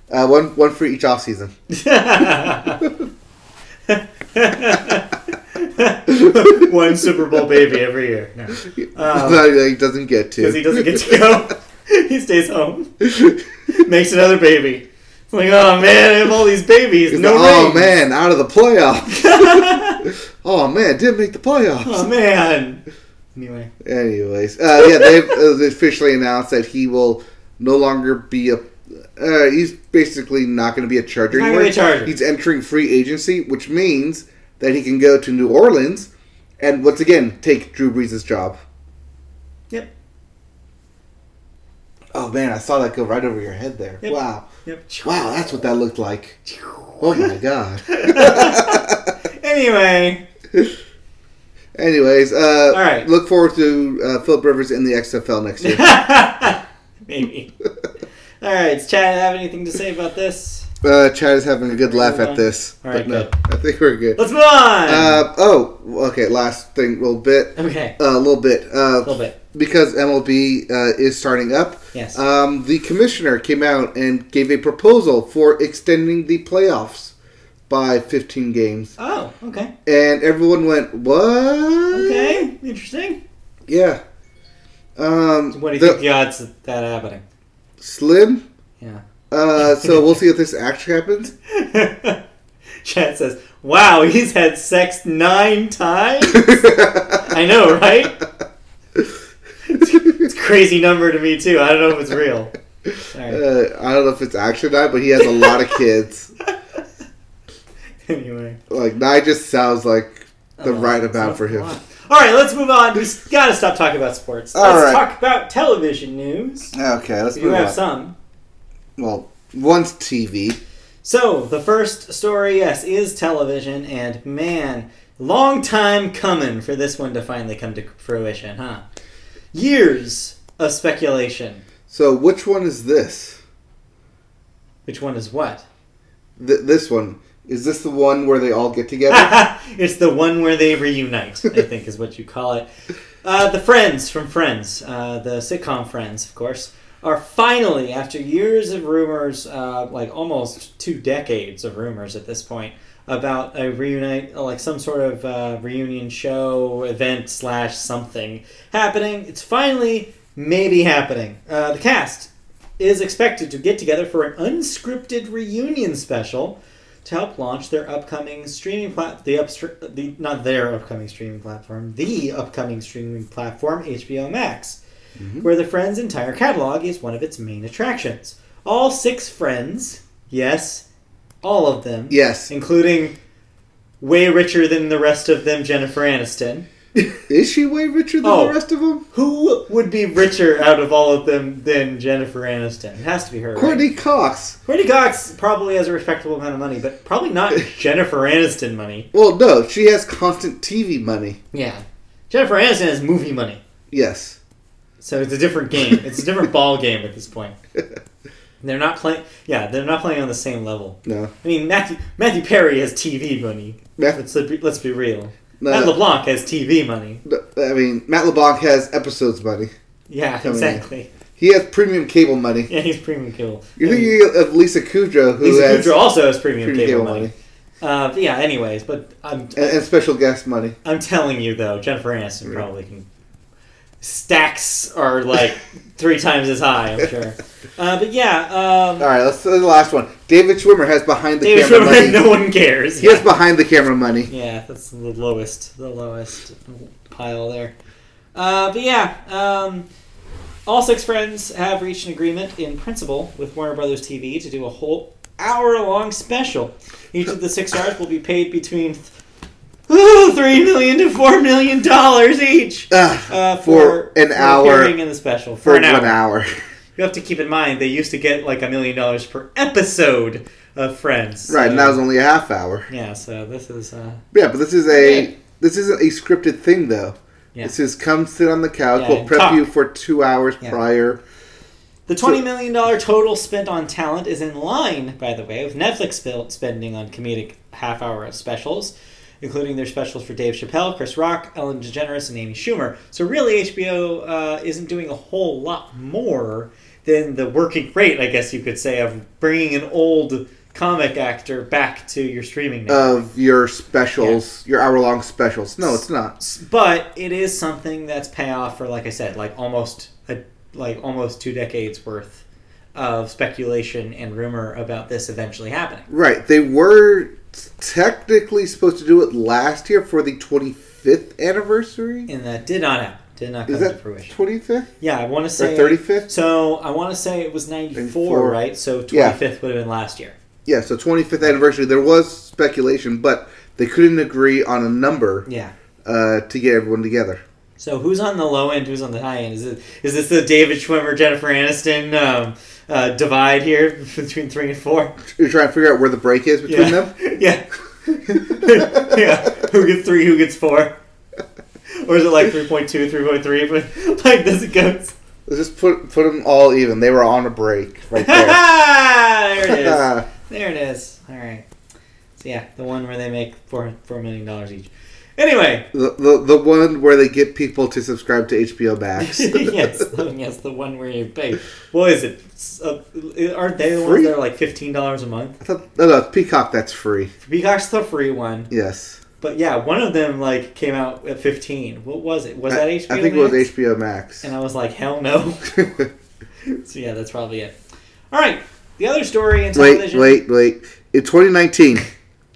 Uh, one one for each offseason.
Okay. One Super Bowl baby every year. No.
that he doesn't get to
because Um, he doesn't get to go. he stays home, makes another baby. It's like, oh man, I have all these babies.
He's
no
like, oh
rings."
man, out of the playoffs. oh man, didn't make the playoffs.
oh man. Anyway,
Anyways, uh, yeah, they've uh, officially announced that he will no longer be a. Uh, he's basically not going to be a Charger
He's not
anymore.
gonna be a Charger.
He's entering free agency, which means that he can go to New Orleans and once again take Drew Brees' job.
yep,
Oh man, I saw that go right over your head there.
Yep.
Wow,
yep.
wow, that's what that looked like. Oh my god.
Anyway,
Anyways, uh,
All right.
look forward to uh, Philip Rivers in the XFL next year.
maybe. All right, does Chad have anything to say about this?
uh, Chad is having a good laugh
Moving
at
on.
this,
All right,
but no, I think we're good.
Let's move on.
Uh, oh, okay. Last thing, little bit,
okay,
a little bit, uh,
a little bit.
because MLB uh, is starting up.
Yes.
Um, the commissioner came out and gave a proposal for extending the playoffs by 15 games,
oh, okay,
and everyone went, "What?"
okay, interesting.
Yeah. Um,
What do you
the-
think the odds of that happening?
Slim.
Yeah.
Uh, so we'll see if this actually happens.
Chad says, "Wow, he's had sex nine times." I know, right? It's a crazy number to me too. I don't know if it's real. Alright.
Uh, I don't know if it's actually not, but he has a lot of kids.
Anyway,
Like nine just sounds like the
Oh,
right amount
it's
for
not a
him.
lot. All right, let's move on. We have gotta stop talking about sports.
All
let's
right.
talk about television news.
Okay, let's
We do
move
have
on.
some.
Well, one's TV.
So the first story, yes, is television, and man, long time coming for this one to finally come to fruition, huh? Years of speculation.
So which one is this?
Which one is what?
Th- this one is this the one where they all get together?
it's the one where they reunite, I think is what you call it. Uh, the Friends from Friends, uh, the sitcom Friends, of course, are finally, after years of rumors, uh, like almost two decades of rumors at this point, about a reunite, like some sort of uh, reunion show, event slash something happening. It's finally may be happening. Uh, the cast is expected to get together for an unscripted reunion special to help launch their upcoming streaming plat the upstr- the not their upcoming streaming platform, the upcoming streaming platform HBO Max, where the Friends' entire catalog is one of its main attractions. All six Friends, yes, all of them,
Yes.
including way richer than the rest of them, Jennifer Aniston.
Is she way richer than
Oh.
the rest of them?
Who would be richer out of all of them than Jennifer Aniston? It has to be her. right?
Courtney Cox.
Courtney Cox probably has a respectable amount of money, but probably not Jennifer Aniston money.
Well, no, she has constant TV money.
Yeah. Jennifer Aniston has movie money.
Yes.
So it's a different game. It's a different ball game at this point. They're not playing Yeah, they're not playing on the same level.
No.
I mean, Matthew Matthew Perry has TV money.
Matt,
Let's be, let's be real.
no,
Matt LeBlanc has TV money.
no, I mean, Matt LeBlanc has episodes money.
Yeah,
in.
exactly.
He has premium cable money.
Yeah, he's premium cable.
You're thinking of Lisa Kudrow, who
Lisa
has
Kudrow also has premium,
premium
cable, money. Uh, but yeah. Anyways, but I'm
And, and special guest money.
I'm telling you though, Jennifer Aniston
Yeah.
probably can. Stacks are like three times as high. I'm sure. Uh, but yeah, um,
All right, let's do the last one. David Schwimmer has behind the
David
camera
Schwimmer,
money.
no one cares.
He has behind the camera money.
Yeah, that's the lowest, the lowest pile there. Uh, but yeah, um, all six friends have reached an agreement in principle with Warner Brothers TV to do a whole hour-long special. Each of the six stars will be paid between ooh, three million to four million dollars each
Ugh,
uh,
For
for,
an hour.
appearing in the special
for,
for, an hour.
one hour.
You have to keep in mind they used to get like a million dollars per episode of Friends.
Right, and that
so-
was only a half hour.
yeah. So this is. Uh,
Yeah, but this is a
Yeah.
this isn't a scripted thing though.
Yeah.
This is come sit on the couch.
Yeah,
we'll
and
prep
talk.
you for two hours
Yeah.
prior.
The twenty million dollar total spent on talent is in line, by the way, with Netflix spil- spending on comedic half hour specials, including their specials for Dave Chappelle, Chris Rock, Ellen DeGeneres, and Amy Schumer. So really, HBO uh, isn't doing a whole lot more than the working rate, I guess you could say, of bringing an old comic actor back to your streaming. network.
Of your specials, your hour long specials. No, it's not.
S- but it is something that's payoff for like i said like almost a, like almost two decades worth of speculation and rumor about this eventually happening
Right. They were technically supposed to do it last year for the twenty fifth anniversary.
and that did not happen did not come
Is
to
that
fruition
twenty fifth
yeah i want to
or
say
thirty fifth?
so i want to say it was 94,
94.
right so 25th
Yeah.
would have been last year
Yeah, so twenty fifth anniversary. There was speculation, but they couldn't agree on a number
yeah
uh, to get everyone together.
so who's on the low end who's on the high end is it is this the david schwimmer jennifer aniston um, uh, divide here between three and four
You're trying to figure out where the break is between them.
Yeah. yeah. Who gets three, who gets four? Or is it like 3.2, 3.3? But like this it goes.
Let's just put put them all even. They were on a break right there.
there it is. There it is. All right. So yeah, the one where they make four four million dollars each. Anyway,
the, the the one where they get people to subscribe to HBO Max.
yes, the- yes, the one where you pay. What is it? S- Uh, aren't they the ones
Free?
that are like fifteen dollars a month?
I thought, no, no, it's Peacock. That's free.
Peacock's the free one,
Yes,
but yeah, one of them like came out at fifteen. What was it? Was
I-
that HBO?
I think it was
Max?
HBO Max.
And I was like, hell no. so yeah, that's probably it. All right, the other story in
wait,
television.
wait, wait. In 2019,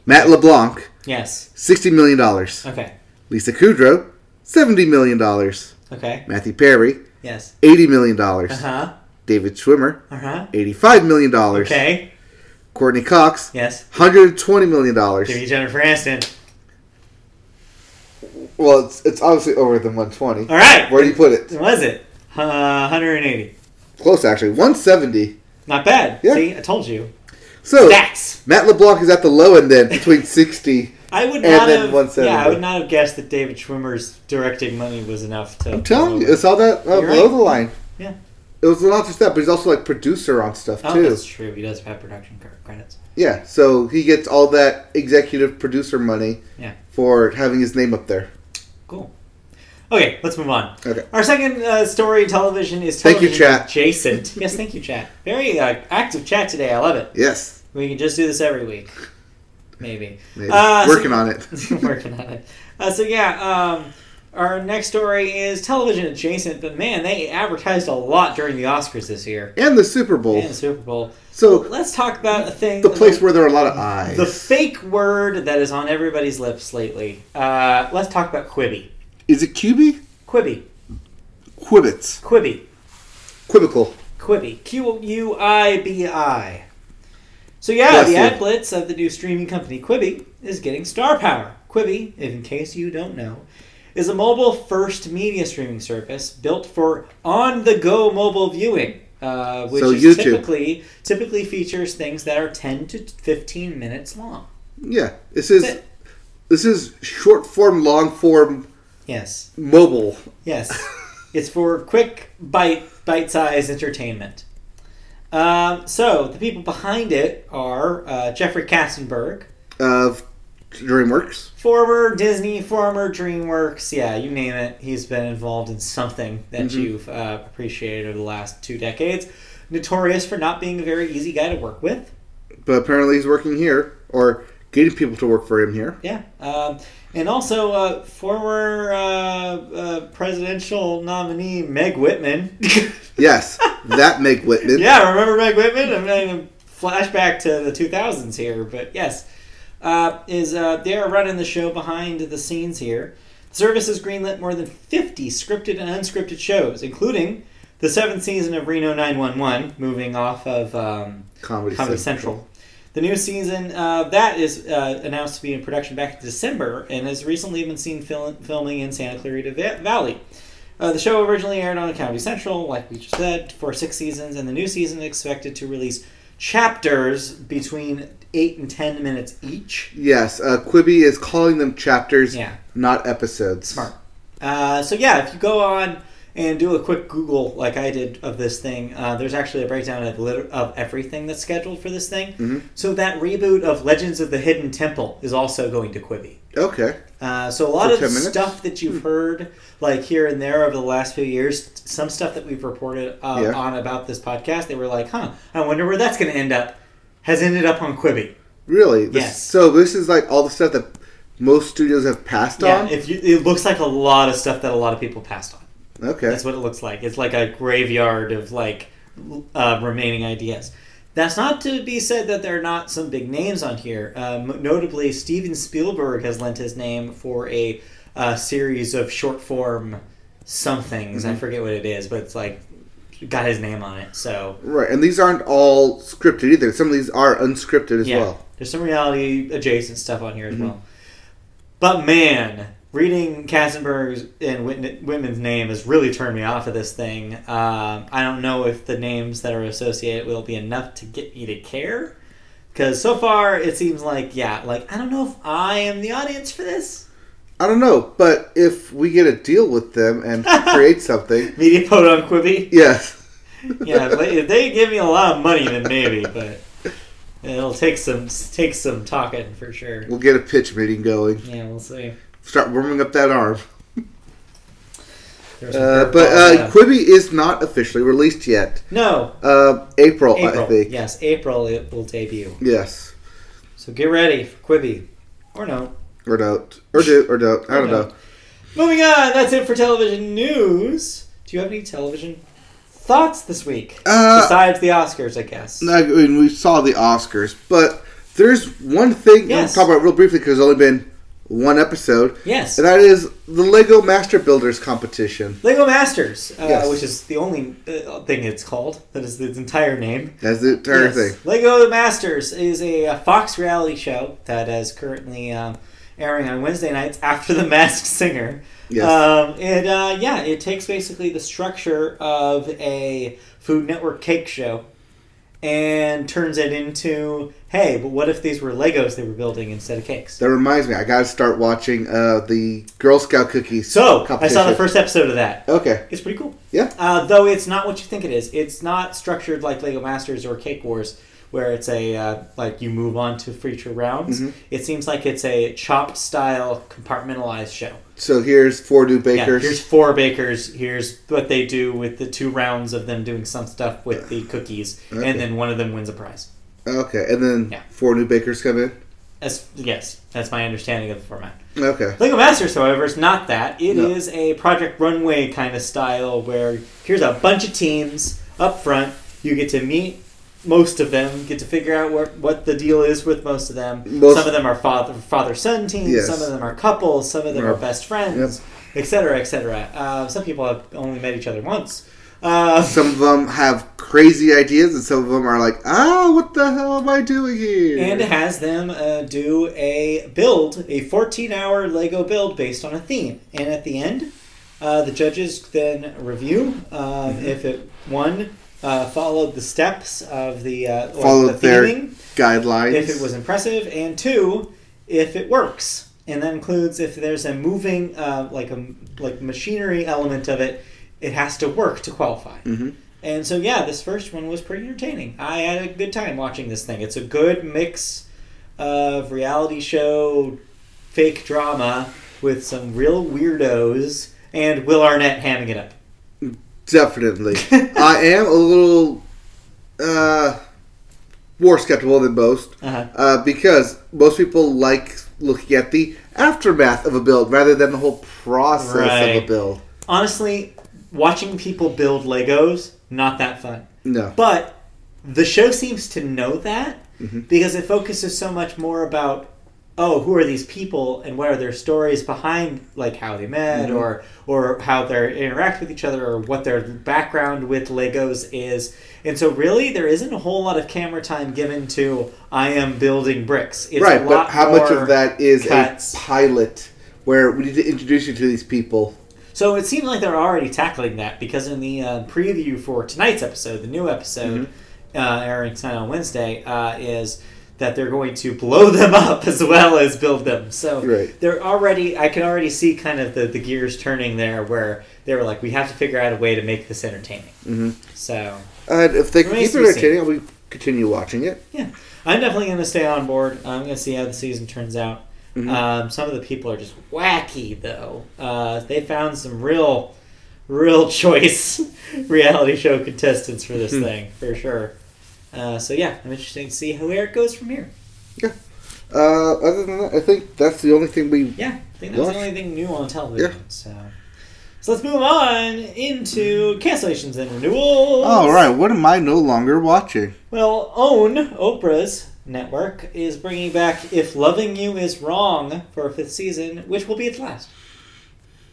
Matt LeBlanc,
Yes.
sixty million dollars.
Okay.
Lisa Kudrow, seventy million dollars.
Okay.
Matthew Perry,
Yes.
eighty million dollars.
Uh huh.
David Schwimmer,
Uh huh.
eighty-five million dollars.
Okay.
Courtney Cox,
Yes.
hundred twenty million dollars.
Give me Jennifer Aniston.
Well, it's it's obviously over than one twenty.
All right.
Where do you put it?
What was it? Uh, 180.
Close, actually. 170.
Not bad.
Yeah. Oh.
See, I told you.
So,
Dax.
Matt LeBlanc is at the low end then, between 60.
I would
And
not
then
have.
170.
Yeah, I would not have guessed that David Schwimmer's directing money was enough to.
I'm telling you, it's all that uh,
You're
below
right.
the line.
Yeah.
It was not just that, but he's also like producer on stuff
Oh,
too.
that's true. He does have production cre- credits.
Yeah, so he gets all that executive producer money
Yeah.
for having his name up there.
Cool. Okay, let's move on.
Okay.
Our second uh, story in television is
Thank you,
television
chat.
adjacent. yes, thank you, chat. Very uh, active chat today. I love it.
Yes,
We can just do this every week, maybe.
maybe.
Uh,
working on it.
Working on it. Uh, so yeah, um, Our next story is television adjacent, but man, they advertised a lot during the Oscars this year
and the Super Bowl.
and the Super Bowl.
Oh. So
Let's talk about a thing.
the place where there are a lot of eyes.
the fake word that is on everybody's lips lately. Uh, let's talk about Quibi.
Is it Quibi?
Quibi.
Quibbits.
Quibi.
Quibbical.
Quibi. Q U I B I. So yeah,
Bless
the
you.
ad blitz of the new streaming company Quibi is getting star power. Quibi, if in case you don't know, is a mobile-first media streaming service built for on-the-go mobile viewing, uh, which
So
is
YouTube.
typically typically features things that are ten to fifteen minutes long.
Yeah. This is
Th-
this is short form, long form,
Yes.
mobile.
Yes, it's for quick bite bite-sized entertainment. Um, so the people behind it are uh, Jeffrey Katzenberg,
of DreamWorks.
former Disney, former DreamWorks, yeah, you name it. He's been involved in something that
Mhm.
you've uh, appreciated over the last two decades. Notorious for not being a very easy guy to work with.
But apparently he's working here or getting people to work for him here.
Yeah, um, and also uh, former uh, uh, presidential nominee Meg Whitman.
Yes, that Meg Whitman.
yeah, remember Meg Whitman? I'm going to flashback to the 2000s here, but yes, uh, is uh, they are running the show behind the scenes here. The service has greenlit more than 50 scripted and unscripted shows, including the seventh season of Reno 911, moving off of um,
Comedy,
Comedy
Central.
Central. The new season uh, that is uh, announced to be in production back in December and has recently been seen fil- filming in Santa Clarita Va- Valley. Uh, the show originally aired on Comedy Central, like we just said, for six seasons, and the new season is expected to release chapters between eight and ten minutes each.
Yes, uh, Quibi is calling them chapters,
Yeah,
not episodes.
smart. Uh, so yeah, if you go on and do a quick Google like I did of this thing, uh, there's actually a breakdown of lit- of everything that's scheduled for this thing.
Mhm.
So that reboot of Legends of the Hidden Temple is also going to Quibi.
Okay.
Uh, so a lot
For
of
10 minutes? Hmm.
stuff that you've heard, like here and there over the last few years, some stuff that we've reported uh,
Yeah.
on about this podcast, they were like, "Huh, I wonder where that's going to end up." Has ended up on Quibi.
Really? This,
Yes.
So this is like all the stuff that most studios have passed
Yeah,
on?
if you, it looks like a lot of stuff that a lot of people passed on.
okay.
That's what it looks like. It's like a graveyard of like l- uh, remaining ideas. That's not to be said that there are not some big names on here. Um, notably, Steven Spielberg has lent his name for a uh, series of short form somethings. I
Mhm.
forget what it is, but it's like got his name on it. So
Right, and these aren't all scripted either. Some of these are unscripted as
Yeah.
well. Mm-hmm.
There's some reality adjacent stuff on here as well. But man, reading Katzenberg's and Whit- Whitman's name has really turned me off of this thing. Um, I don't know if the names that are associated will be enough to get me to care. Because so far it seems like, yeah, like I don't know if I am the audience for this.
I don't know, but if we get a deal with them and create something,
Media Pod on Quibi.
yes.
Yeah, if they- if they give me a lot of money, then maybe. But it'll take some take some talking for sure.
We'll get a pitch meeting going.
Yeah, we'll see.
Start warming up that arm.
There's some
Uh,
curveballs,
but
yeah.
uh, Quibi is not officially released yet.
No,
Uh, April,
April.
I think.
Yes, April it will debut.
Yes.
So get ready for Quibi. Or no.
Or don't. Or do. Or don't. I
Or
don't
don't.
know.
Moving on, that's it for television news. Do you have any television thoughts this week?
Uh,
Besides the Oscars, I guess.
I mean, we saw the Oscars, but there's one thing i
Yes.
to talk about real briefly because there's only been one episode,
Yes.
and that is the Lego Master Builders competition.
Lego Masters, uh,
Yes.
which is the only uh, thing it's called. That is its entire name.
That's the entire
Yes.
thing.
Lego Masters is a, uh Fox reality show that is currently um, airing on Wednesday nights after The Masked Singer.
Yes.
Um, it uh, yeah, it takes basically the structure of a Food Network cake show and turns it into hey, but what if these were Legos they were building instead of cakes?
that reminds me, I gotta start watching uh, the Girl Scout cookies.
So I saw the
competition.
first episode of that.
Okay.
It's pretty cool.
Yeah.
Uh, though it's not what you think it is. It's not structured like Lego Masters or Cake Wars, where it's a uh, like you move on to future rounds.
Mhm.
It seems like it's a chopped style compartmentalized show.
So here's four new bakers.
Yeah, here's four bakers. Here's what they do with the two rounds of them doing some stuff with the cookies,
Okay.
and then one of them wins a prize.
okay, and then
Yeah.
four new bakers come in.
As, yes, that's my understanding of the format.
Okay.
Lego Masters, however, is not that. It is
No.
a Project Runway kind of style where here's a bunch of teams up front. You get to meet most of them, get to figure out what, what the deal is with most of them.
Most-
some of them are father father son teams,
Yes.
some of them are couples, some of them
Yeah.
are best friends, etc., etc. Uh, some people have only met each other once. Uh,
Some of them have crazy ideas, and some of them are like, ah, what the hell am I doing here?
and has them uh, do a build, a 14 hour Lego build based on a theme. And at the end, uh, the judges then review um,
Mm-hmm.
if it, one, uh, followed the steps of the, uh, or
Followed
the
their
theming,
guidelines.
if it was impressive, and two, if it works. And that includes if there's a moving, uh, like a like machinery element of it, it has to work to qualify.
Mhm.
And so, yeah, this first one was pretty entertaining. I had a good time watching this thing. It's a good mix of reality show, fake drama with some real weirdos, and Will Arnett hamming it up.
Definitely. I am a little uh, more skeptical than most
Uh-huh.
uh, because most people like looking at the aftermath of a build rather than the whole process of
Right.
a build.
Honestly, watching people build Legos, not that fun.
No.
But the show seems to know that
Mhm.
because it focuses so much more about oh, who are these people and what are their stories behind like how they met
Mhm.
or or how they interact with each other or what their background with Legos is. And so really there isn't a whole lot of camera time given to I am building bricks. It's
right,
a
but
lot
how much
more-
of that is
cuts.
a pilot where we need to introduce you to these people?
So it seemed like they're already tackling that because in the uh, preview for tonight's episode, the new episode uh, airing tonight on Wednesday, uh, is that they're going to blow them up as well as build them. So
Right.
they're already, I can already see kind of the, the gears turning there where they were like, we have to figure out a way to make this entertaining.
Mhm.
So
And if they
Remains
keep it
to be seen.
entertaining, I'll be- continue watching it.
yeah, I'm definitely going to stay on board. I'm going to see how the season turns out.
Mhm.
Um, some of the people are just wacky, though. Uh, they found some real, real choice reality show contestants for this
Hmm.
thing, for sure. Uh, so yeah, I'm interested to see how where it goes from here.
Uh, other than that, I think that's the only thing we.
Yeah, I think that's
Well,
the only thing new on television.
yeah.
So, so let's move on into cancellations and renewals.
All right, what am I no longer watching?
Well, OWN, Oprah's network, is bringing back If Loving You Is Wrong for a fifth season, which will be its last.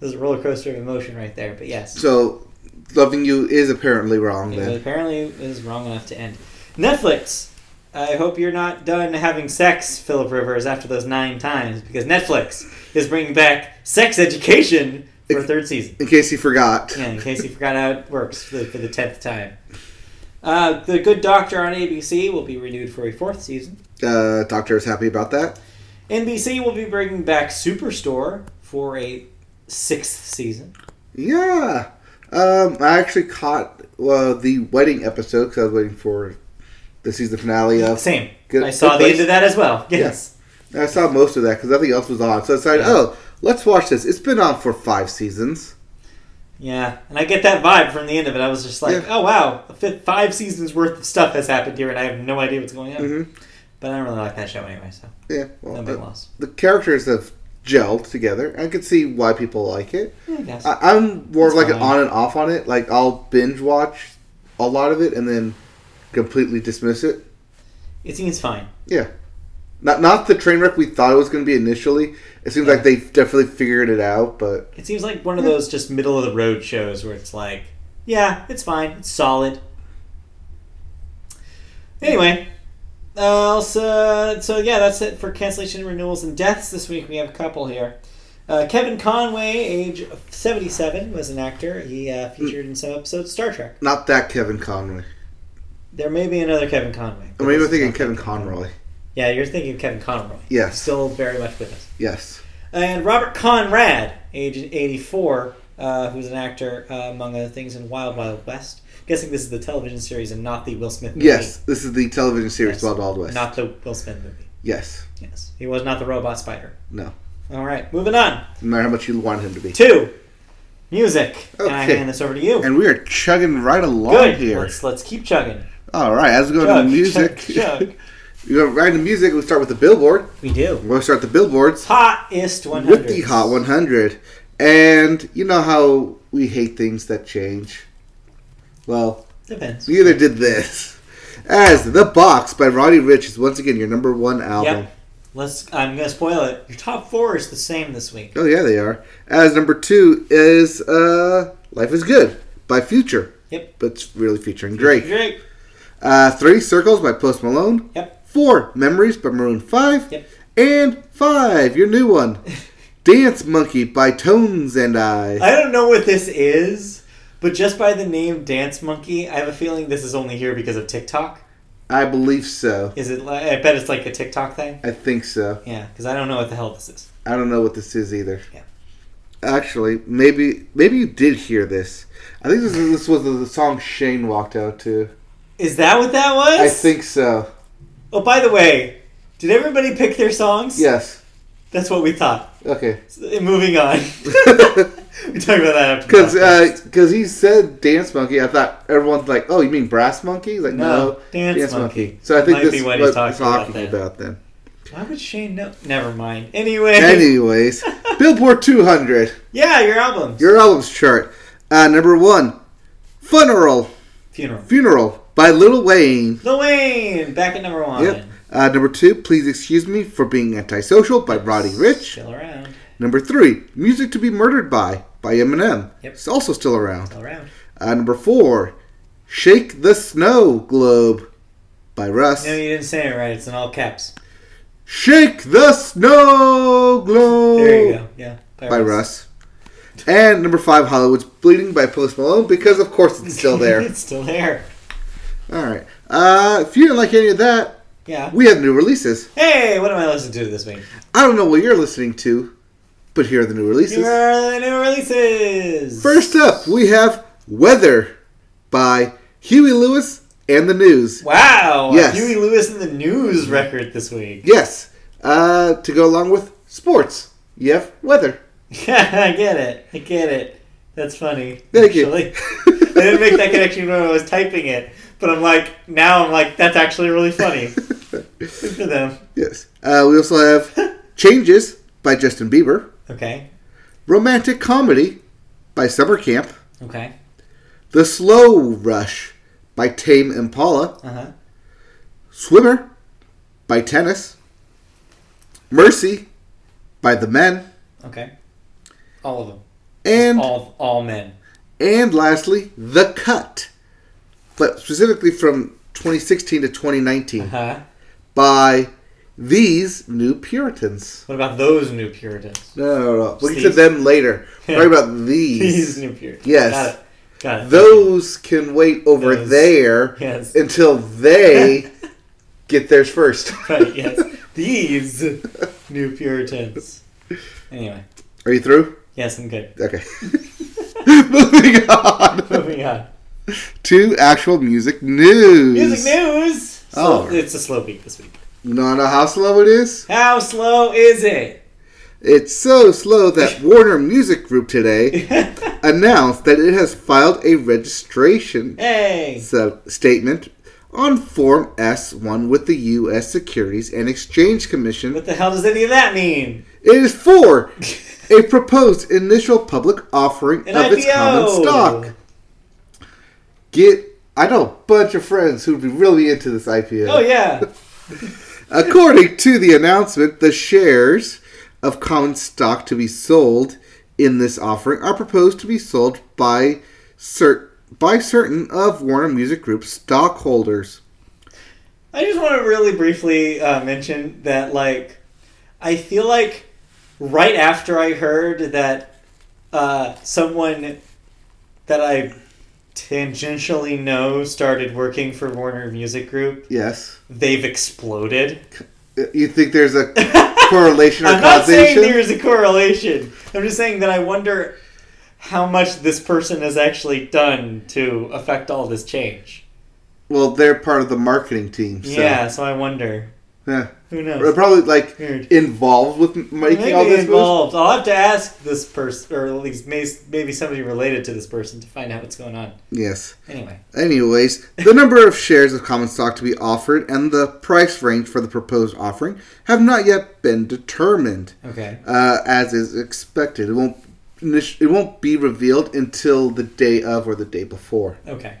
There's a roller coaster of emotion right there, but yes.
So, loving you is apparently wrong.
it
Then
apparently is wrong enough to end. Netflix! I hope you're not done having sex, Philip Rivers, after those nine times, because Netflix is bringing back Sex Education for a third season.
in case you forgot.
Yeah, in case you forgot how it works for the, for the tenth time. Uh, the Good Doctor on ABC will be renewed for a fourth season.
Uh, Doctor is happy about that.
NBC will be bringing back Superstore for a sixth season.
Yeah. Um, I actually caught uh, the wedding episode because I was waiting for the season finale of.
Same.
Good-
I saw
good
the
place.
end of that as well. Yes.
I saw most of that because nothing else was on. So I decided, oh, let's watch this. It's been on for five seasons.
Yeah. and I get that vibe from the end of it. I was just like,
Yeah.
oh wow, a fi- five seasons worth of stuff has happened here, and I have no idea what's going on.
Mhm.
But I don't really like that show anyway, so
Yeah.
no
Well, uh,
big
the,
loss.
the characters have gelled together. I could see why people like it.
Yeah, I guess.
I, I'm more
It's
of like an
fine.
on and off on it. Like I'll binge watch a lot of it and then completely dismiss it.
it seems fine.
Not not the train wreck we thought it was going to be initially. It seems
Yeah.
like they definitely figured it out, but
It seems like one of
Yeah.
those just middle of the road shows where it's like, yeah, it's fine, it's solid. Anyway, uh, so, so yeah, that's it for cancellation renewals and deaths this week. We have a couple here. Uh, Kevin Conway, age 77, was an actor. He uh, featured in some episodes of Star Trek.
not that Kevin Conroy.
There may be another Kevin Conway.
I'm even thinking Kevin Conroy.
Yeah, you're thinking of Kevin Conroy.
Yes.
Still very much with us.
Yes.
And Robert Conrad, age 84, uh, who's an actor, uh, among other things, in Wild Wild West. guessing this is the television series and not the Will Smith movie.
Yes. This is the television series
Yes.
Wild Wild West.
Not the Will Smith movie.
yes.
Yes. He was not the robot spider.
No.
All right, moving on.
No matter how much you want him to be.
Two, music. And I
Okay.
hand this over to you.
And we are chugging right along
Good.
here.
Let's, let's keep chugging.
All right. As we go
Chug,
to music,
chug, chug.
You know, right into music, we start with the Billboard.
We do.
We'll start the Billboards
Hottest 100.
with the Hot 100. And you know how we hate things that change? Well,
Depends.
we either did this. As The Box by Roddy Rich is once again your number one album.
Yep. Let's. I'm gonna spoil it. Your top four is the same this week.
Oh yeah, they are. As number two is uh, "Life Is Good" by Future.
Yep.
but it's really featuring Drake.
Drake.
Uh, Three Circles by Post Malone.
Yep.
Four Memories by Maroon Five.
Yep.
And five, your new one, "Dance Monkey" by Tones and I.
I don't know what this is, but just by the name Dance Monkey, I have a feeling this is only here because of TikTok.
I believe so.
Is it? li- I bet it's like a TikTok thing.
I think so.
Yeah, because I don't know what the hell this is.
I don't know what this is either.
Yeah.
Actually, maybe maybe you did hear this. I think this, is, this was the song Shane walked out to.
Is that what that was?
I think so.
Oh, by the way, did everybody pick their songs?
Yes.
That's what we thought.
Okay.
So, Moving on. we talk about that after.
Because
the podcast.
because uh, he said dance monkey, I thought everyone's like, "Oh, you mean brass monkey?" Like, no,
Dance, Monkey.
So I think
Might
this
be
is
what he's
what he's
talking
talking,
about then.
about then.
Why would Shane know? Never mind. Anyway.
Anyways, Billboard 200,
Yeah, your albums.
your albums chart, uh, number one, "Funeral,"
Funeral.
"Funeral" by Lil Wayne.
Lil Wayne, back at number one.
Yep. Uh, number two, "Please Excuse Me for Being Antisocial" by Roddy Rich.
Still around.
Number three, "Music to Be Murdered By" by Eminem.
Yep.
It's also still around.
Still around.
Uh, number four, Shake the Snow Globe by Russ.
No, you didn't say it right. It's in all caps.
Shake the Snow Globe
There you go. Yeah.
by Russ. And number five, Hollywood's Bleeding by Post Malone because, of course, it's still there.
it's still there.
All right. Uh, if you didn't like any of that,
Yeah.
we have new releases.
Hey, what am I listening to this week?
I don't know what you're listening to, but here are the new
Here
releases.
are the new releases.
First up, we have Weather by Huey Lewis and the News.
Wow. a
Yes.
Huey Lewis in the news record this week.
Yes. Uh, to go along with sports, you have weather.
Yeah, I get it. I get it. That's funny.
Thank you.
actually. I didn't make that connection when I was typing it, but I'm like, now I'm like, that's actually really funny. Good for them.
Yes. Uh, we also have Changes by Justin Bieber,
Okay.
Romantic Comedy by Summer Camp,
Okay.
The Slow Rush by Tame Impala,
Uh huh.
Swimmer by Tennis, Mercy by The Men,
Okay. All of them.
and
all all men.
and lastly The Cut, but specifically from 2016 to 2019
Huh?
by these new Puritans.
What about those new Puritans?
No, no, no. We'll get to
These.
them later. We're talking about
These
these.
new Puritans.
Yes.
Got it. Got it.
Those can wait over
Those.
there
Yes.
until they get theirs first.
Right, yes. These new Puritans. Anyway.
Are you through?
Yes, I'm good.
Okay. Moving on
Moving on.
to actual music news.
Music news.
Oh.
Slow- It's a slow week this week.
You know how slow it is?
How slow is it?
It's so slow that Warner Music Group today announced that it has filed a registration
hey.
So, statement on Form S1 with the U.S. Securities and Exchange Commission.
What the hell does any of that mean?
It is for a proposed initial public offering
An
of its common
IPO.
stock. Get I know a bunch of friends who'd be really into this IPO.
Oh yeah.
According to the announcement, the shares of common stock to be sold in this offering are proposed to be sold by cert by certain of Warner Music Group's stockholders.
I just want to really briefly uh, mention that, like, I feel like right after I heard that uh, someone that I tangentially know started working for Warner Music Group,
Yes.
they've exploded.
Uh, You think there's a correlation or
I'm not saying
causation?
there is a correlation. I'm just saying that I wonder how much this person has actually done to affect all this change.
well, they're part of the marketing team. So.
Yeah, so I wonder.
Yeah.
Who
Or
knows?
Probably like
Weird.
involved with m- making
Maybe
all this moves.
involved. I'll have to ask this person, or at least may- maybe somebody related to this person, to find out what's going on.
Yes.
Anyway,
Anyways, the number of shares of common stock to be offered and the price range for the proposed offering have not yet been determined,
okay,
uh, as is expected. It won't init- it won't be revealed until the day of or the day before.
okay,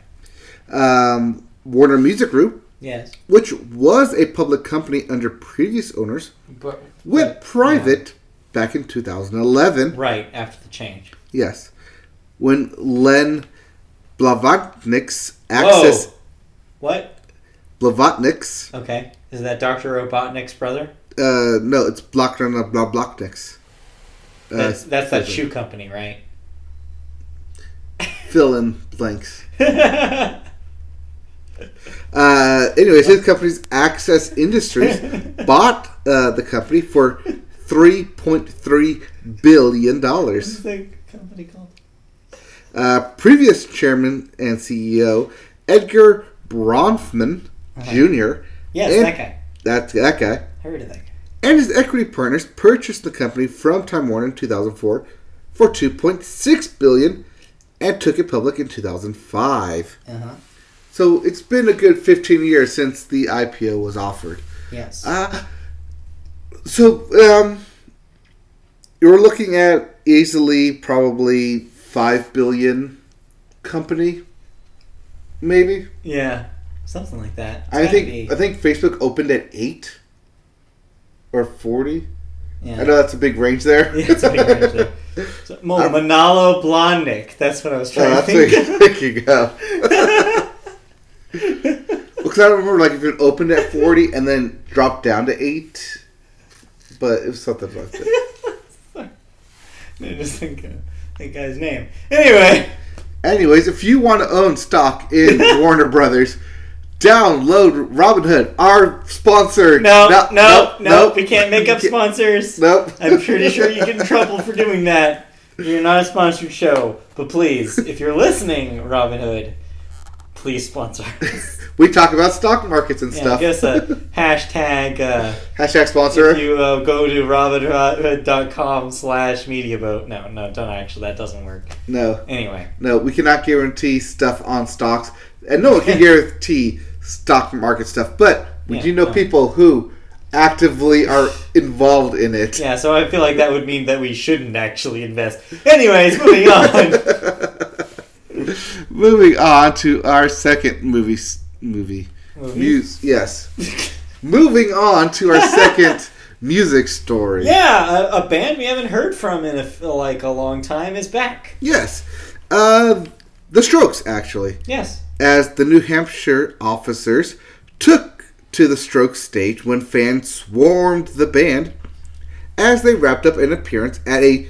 Um, Warner Music Group,
yes,
which was a public company under previous owners,
but
went private back in 2011.
right after the change.
Yes, when Len Blavatnik's access
Whoa, what?
Blavatnik's
Okay, is that Doctor Robotnik's brother?
Uh, no, it's blocked on the blah block next. Uh,
That's that's that
excuse
shoe company, right?
me. Fill in blanks. Uh, anyways, his company's Access Industries bought uh, the company for three point three billion
What's
dollars.
the company called?
Uh, previous chairman and CEO Edgar Bronfman Jr.
Yes,
And-
that guy.
That's that guy.
I heard of that guy.
And his equity partners purchased the company from Time Warner in 2004 for 2.6 billion and took it public in 2005.
Uh huh.
So it's been a good 15 years since the IPO was offered.
Yes.
Uh, so um, you're looking at easily probably 5 billion company, maybe.
yeah, something like that. It's
I
gotta
think
be-
I think Facebook opened at 8 or 40.
yeah.
I know that's a big range there. Oh,
Yeah, it's a big range there. So, Mo- Manalo Blahnik. Um, That's what I was
Oh,
trying to
that's where
think.
you're thinking of. Because I don't remember, like, if it opened at 40 and then dropped down to 8. But it was something like that.
I'm just thinking of that guy's name. Anyway,
Anyways, if you want to own stock in Warner Brothers, download Robinhood, our sponsor.
no, no, no, we can't make up sponsors.
Nope.
I'm pretty sure you get in trouble for doing that. You're not a sponsored show, but please, if you're listening, Robin Hood, please sponsor. us.
We talk about stock markets and
Yeah, I
stuff.
guess a hashtag. Uh,
Hashtag sponsor.
If you uh, go to robinhood.com slash media boat. No, no, don't actually. That doesn't work.
no.
Anyway.
No, we cannot guarantee stuff on stocks, and no one can guarantee stock market stuff. But we
Yeah,
do know
no.
people who actively are involved in it.
Yeah, so I feel like that would mean that we shouldn't actually invest. Anyways, moving on.
Moving on to our second movie s- movie muse. Yes, moving on to our second music story.
yeah, a, a band we haven't heard from in a f like a long time is back.
Yes, uh, The Strokes actually,
Yes.
as the New Hampshire officers took to the Strokes stage when fans swarmed the band as they wrapped up an appearance at a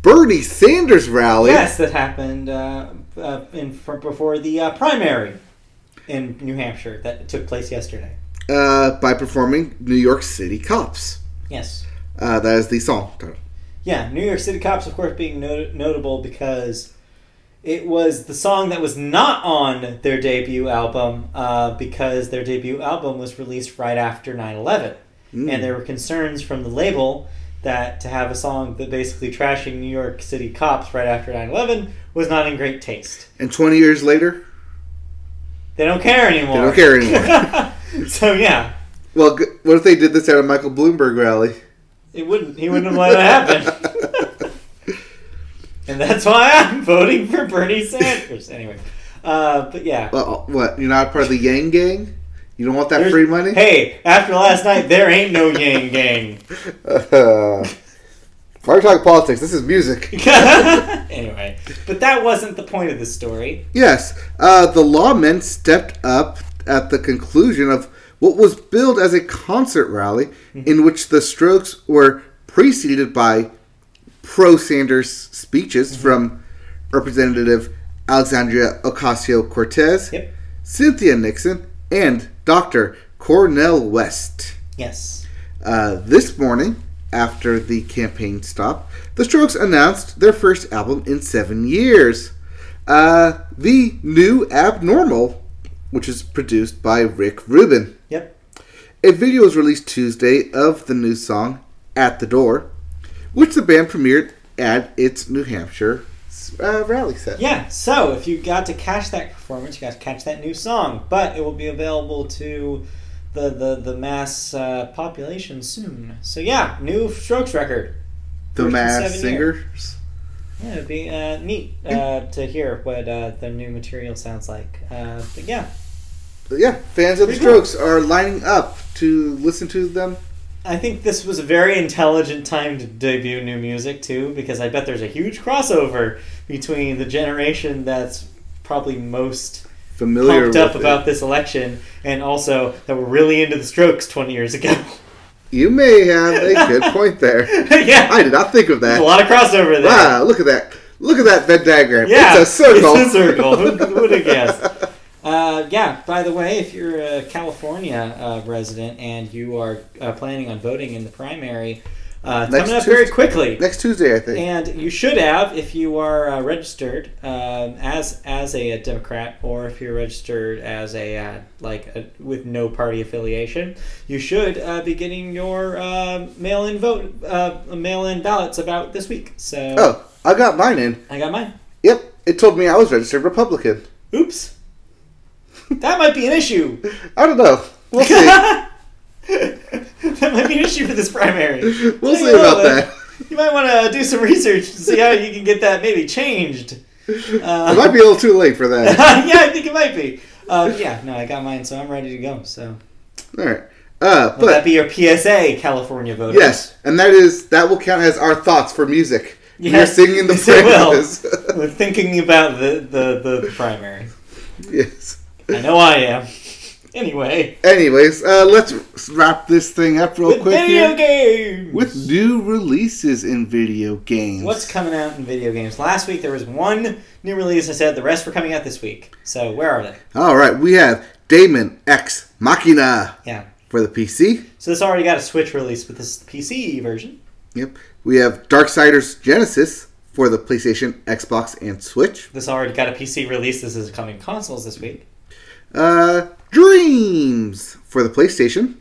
Bernie Sanders rally.
Yes, that happened uh, uh, in fr- before the uh, primary in New Hampshire that took place yesterday.
Uh, by performing New York City Cops.
Yes.
Uh, that is the song title.
Yeah, New York City Cops, of course, being not- notable because it was the song that was not on their debut album uh, because their debut album was released right after 9 11.
Mm.
And there were concerns from the label that to have a song that basically trashing New York City Cops right after 9 11 was not in great taste.
And 20 years later,
They don't care anymore.
they don't care anymore.
so, yeah,
well, g- what if they did this at a Michael Bloomberg rally?
it wouldn't, he wouldn't have let it happen. and that's why I'm voting for Bernie Sanders. Anyway, uh, but yeah.
Well, what? You're not part of the Yang Gang? You don't want that
There's-
free money?
Hey, after last night, there ain't no yang gang.
Uh, we're talking politics. This is music.
anyway, but that wasn't the point of the story.
Yes, uh, the lawmen stepped up at the conclusion of what was billed as a concert rally, in which the Strokes were preceded by pro Sanders speeches from Representative Alexandria Ocasio Cortez,
Yep.
Cynthia Nixon, and Dr. Cornell West.
Yes.
Uh, this morning, after the campaign stop, the Strokes announced their first album in seven years. Uh, the new Abnormal, which is produced by Rick Rubin.
Yep.
A video was released Tuesday of the new song "At the Door," which the band premiered at its New Hampshire uh, rally set.
Yeah, so if you got to catch that performance, you got to catch that new song, but it will be available to the the, the mass uh, population soon. So yeah, new Strokes record.
the
First in
Mass
seven
Singers.
Yeah, it'd be uh, neat uh, to hear what uh, the new material sounds like. Uh, but yeah,
But yeah, fans of the
Pretty cool.
Strokes are lining up to listen to them.
I think this was a very intelligent time to debut new music too, because I bet there's a huge crossover between the generation that's probably most
Familiar
pumped up
with it.
about this election and also that were really into the Strokes 20 years ago.
You may have a good point there.
yeah,
I did not think of
there's a
that.
lot of crossover there.
Wow, look at that. Look at that Venn diagram.
Yeah,
it's a circle.
It's a circle. Who would have guessed? Uh, yeah. By the way, if you're a California uh, resident and you are uh, planning on voting in the primary, uh, it's
Next
coming up very
Tuesday.
quickly.
Next Tuesday, I think.
And you should have, if you are uh, registered um, as as a, Democrat, or if you're registered as a uh, like a, with no party affiliation, you should uh, be getting your uh, mail-in vote, uh, mail-in ballots about this week. So
oh, I got mine in.
I got mine.
Yep, it told me I was registered Republican.
Oops, that might be an issue.
I don't know. We'll see.
that might be an issue for this primary.
we'll
I
see
don't know,
about
uh,
that.
You might want to do some research to see how you can get that maybe changed. Uh,
It might be a little too late for that.
yeah, I think it might be. Uh, yeah, no, I got mine, so I'm ready to go. So,
All right. Uh,
will that
but
be your PSA, California voter?
yes, and that is that will count as our thoughts for music.
Yes,
We're singing the
yes, it will.
praises.
We're thinking about the, the, the primary.
yes.
I know I am. Anyway,
Anyways, uh, let's wrap this thing up real
with
quick
video
here.
games.
With new releases in video games.
What's coming out in video games? Last week there was one new release. I said the rest were coming out this week. So where are they?
All right, we have Damon X Machina
Yeah.
for the PC.
So this already got a Switch release, but this is the PC version.
Yep. We have Darksiders Genesis for the PlayStation, Xbox, and Switch.
This already got a PC release. This is coming consoles this week.
Uh, Dreams for the PlayStation.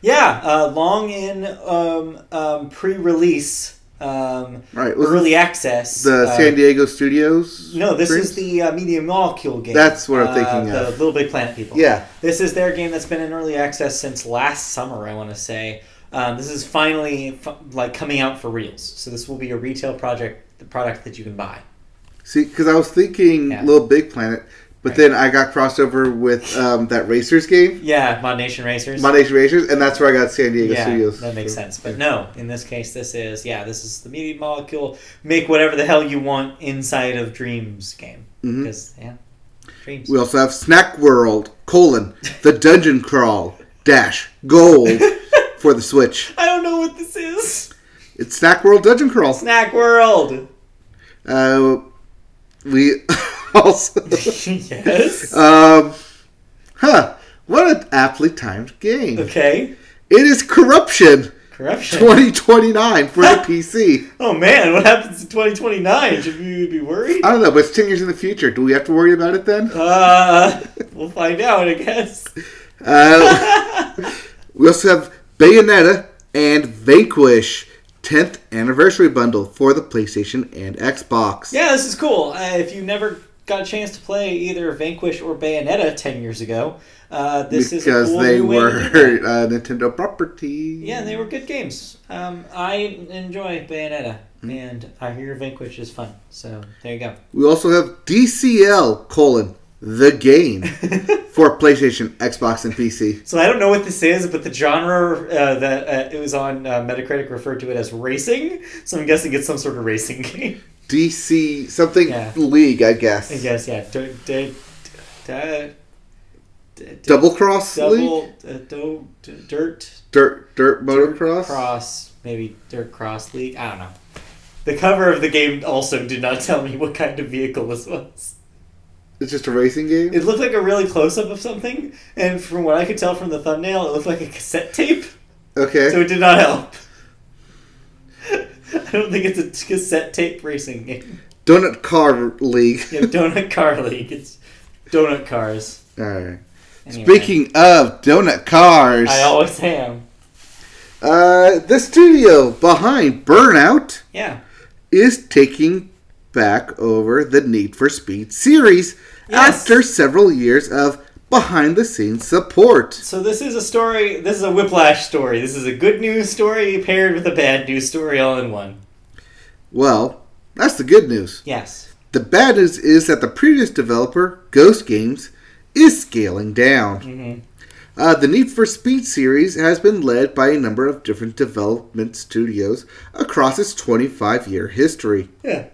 Yeah, uh, long in um, um, pre-release, um,
All right, was
early access.
the
uh,
San Diego Studios.
No, this is
Dreams?
the uh, Media Molecule game.
That's what I'm
uh,
thinking
The
of.
Little Big Planet people.
Yeah.
This is their game that's been in early access since last summer. I want to say um, this is finally f- like coming out for reals. So this will be a retail project, the product that you can buy.
See, because I was thinking
Yeah.
Little Big Planet, but
Right.
then I got crossed over with um, that Racers game,
Yeah, Mod Nation Racers.
Mod Nation Racers, and that's where I got San Diego
yeah,
Studios.
that makes
from.
sense. But no, in this case, this is yeah, this is the Media Molecule. Make whatever the hell you want inside of Dreams game.
Mhm.
Because yeah, dreams.
We also have Snack World, colon, the Dungeon Crawl, dash, gold for the Switch.
I don't know what this is.
It's Snack World Dungeon Crawl.
Snack World.
Uh, we also.
yes.
Um, huh. What an aptly timed game.
okay.
It is Corruption
Corruption.
2029 for the PC.
oh man, what happens in 2029? Should we be worried?
I don't know, but it's 10 years in the future. Do we have to worry about it then?
Uh, we'll find out, I guess.
Uh, we also have Bayonetta and Vanquish 10th anniversary bundle for the PlayStation and Xbox.
Yeah, this is cool. Uh, if you never got a chance to play either Vanquish or Bayonetta 10 years ago, uh, this is a
because
cool
they
new way to do
were
that.
uh, Nintendo property.
Yeah, they were good games. Um, I enjoy Bayonetta,
Hmm.
and I hear Vanquish is fun. So there you go.
We also have DCL colon the game for PlayStation, Xbox, and PC.
So I don't know what this is, but the genre uh, that uh, it was on uh, Metacritic referred to it as racing. So I'm guessing it's some sort of racing game.
DC something
Yeah.
League, I guess.
I guess yeah. D- d- d- d- d-
Double Cross League,
double uh, do, d- dirt
Dirt Dirt
dirt
Motocross.
cross maybe dirt cross league. I don't know. The cover of the game also did not tell me what kind of vehicle this was.
It's just a racing game.
It looked like a really close up of something, and from what I could tell from the thumbnail, it looked like a cassette tape,
okay.
so it did not help. I don't think it's a t- cassette tape racing game.
Donut Car League.
You have Donut Car League, it's Donut Cars.
All right.
Anyway,
Speaking of donut cars,
I always am.
uh, the studio behind Burnout
Yeah.
is taking back over the Need for Speed series
Yes.
after several years of behind the scenes support.
So this is a story. This is a whiplash story. This is a good news story paired with a bad news story all in one.
Well, that's the good news.
Yes.
The bad news is that the previous developer, Ghost Games, is scaling down.
hmm
Uh, the Need for Speed series has been led by a number of different development studios across its 25 year history.
Yeah.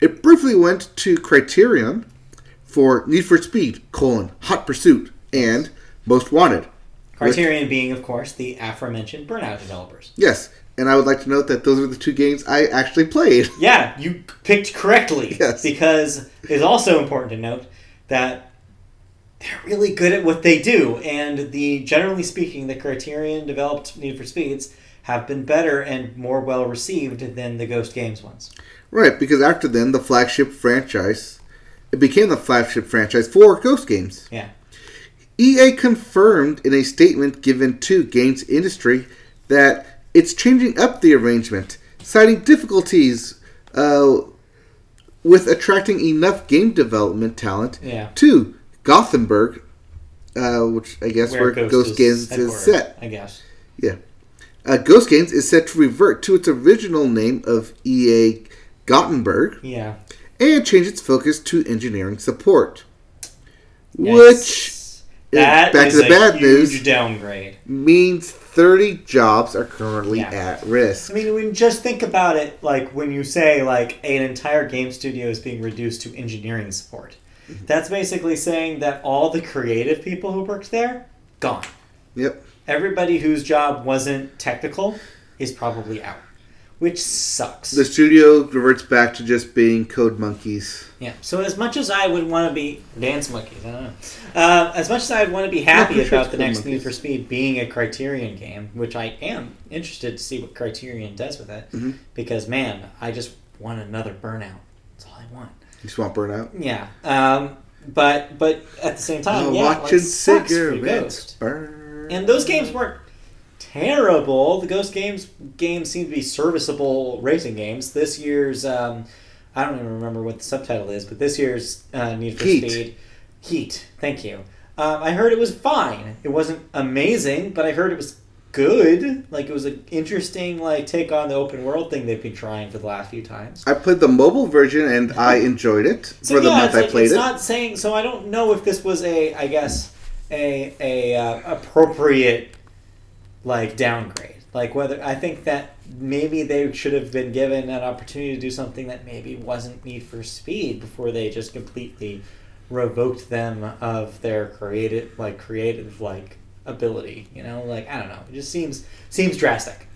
It briefly went to Criterion for Need for Speed, colon, Hot Pursuit, and Most Wanted.
Criterion being, of course, the aforementioned Burnout developers.
Yes, and I would like to note that those are the two games I actually played.
Yeah, you picked correctly.
Yes.
Because it's also important to note that they're really good at what they do, and the generally speaking, the Criterion developed Need for Speeds have been better and more well received than the Ghost Games ones.
Right, because after then, the flagship franchise, it became the flagship franchise for Ghost Games.
Yeah.
EA confirmed in a statement given to Games Industry that it's changing up the arrangement, citing difficulties uh, with attracting enough game development talent
Yeah.
to Gothenburg, uh, which I guess where, Ghost, Games is
headquartered,
set.
I guess.
Uh, Ghost Games is set to revert to its original name of EA Gothenburg
Yeah.
and change its focus to engineering support. Which
Yikes. that
back to
is
the
a
bad
huge
news.
downgrade.
means 30 jobs are currently
Yeah.
at risk.
I mean, when just think about it, like when you say like an entire game studio is being reduced to engineering support, that's basically saying that all the creative people who worked there gone.
Yep.
Everybody whose job wasn't technical is probably out, which sucks.
The studio reverts back to just being code monkeys.
Yeah. So as much as I would want to be dance monkeys, I don't know. Uh, as much as I'd want to be happy
pretty sure
about
it's
the
called
next Need
monkeys.
for Speed being a Criterion game, which I am interested to see what Criterion does with it,
Mhm.
because man, I just want another Burnout. That's all I want.
You just want burnout.
Yeah. Um, but but at the same time,
Uh,
Oh, yeah, like,
watching
sucks for
cigarettes
Ghost.
burn.
And those games weren't terrible. The Ghost Games games seem to be serviceable racing games. This year's, um, I don't even remember what the subtitle is, but this year's uh, Need for
Heat.
Speed Heat. Thank you. Um, I heard it was fine. It wasn't amazing, but I heard it was good. Like it was an interesting like take on the open world thing they've been trying for the last few times.
I played the mobile version and I enjoyed it
So
for the
yeah,
month
it's,
I
like-
played
it's
it.
not saying. So I don't know if this was a, I guess, a a uh, appropriate like downgrade. Like whether I think that maybe they should have been given an opportunity to do something that maybe wasn't Need for Speed before they just completely revoked them of their creative like creative like ability. You know, like I don't know. It just seems seems drastic.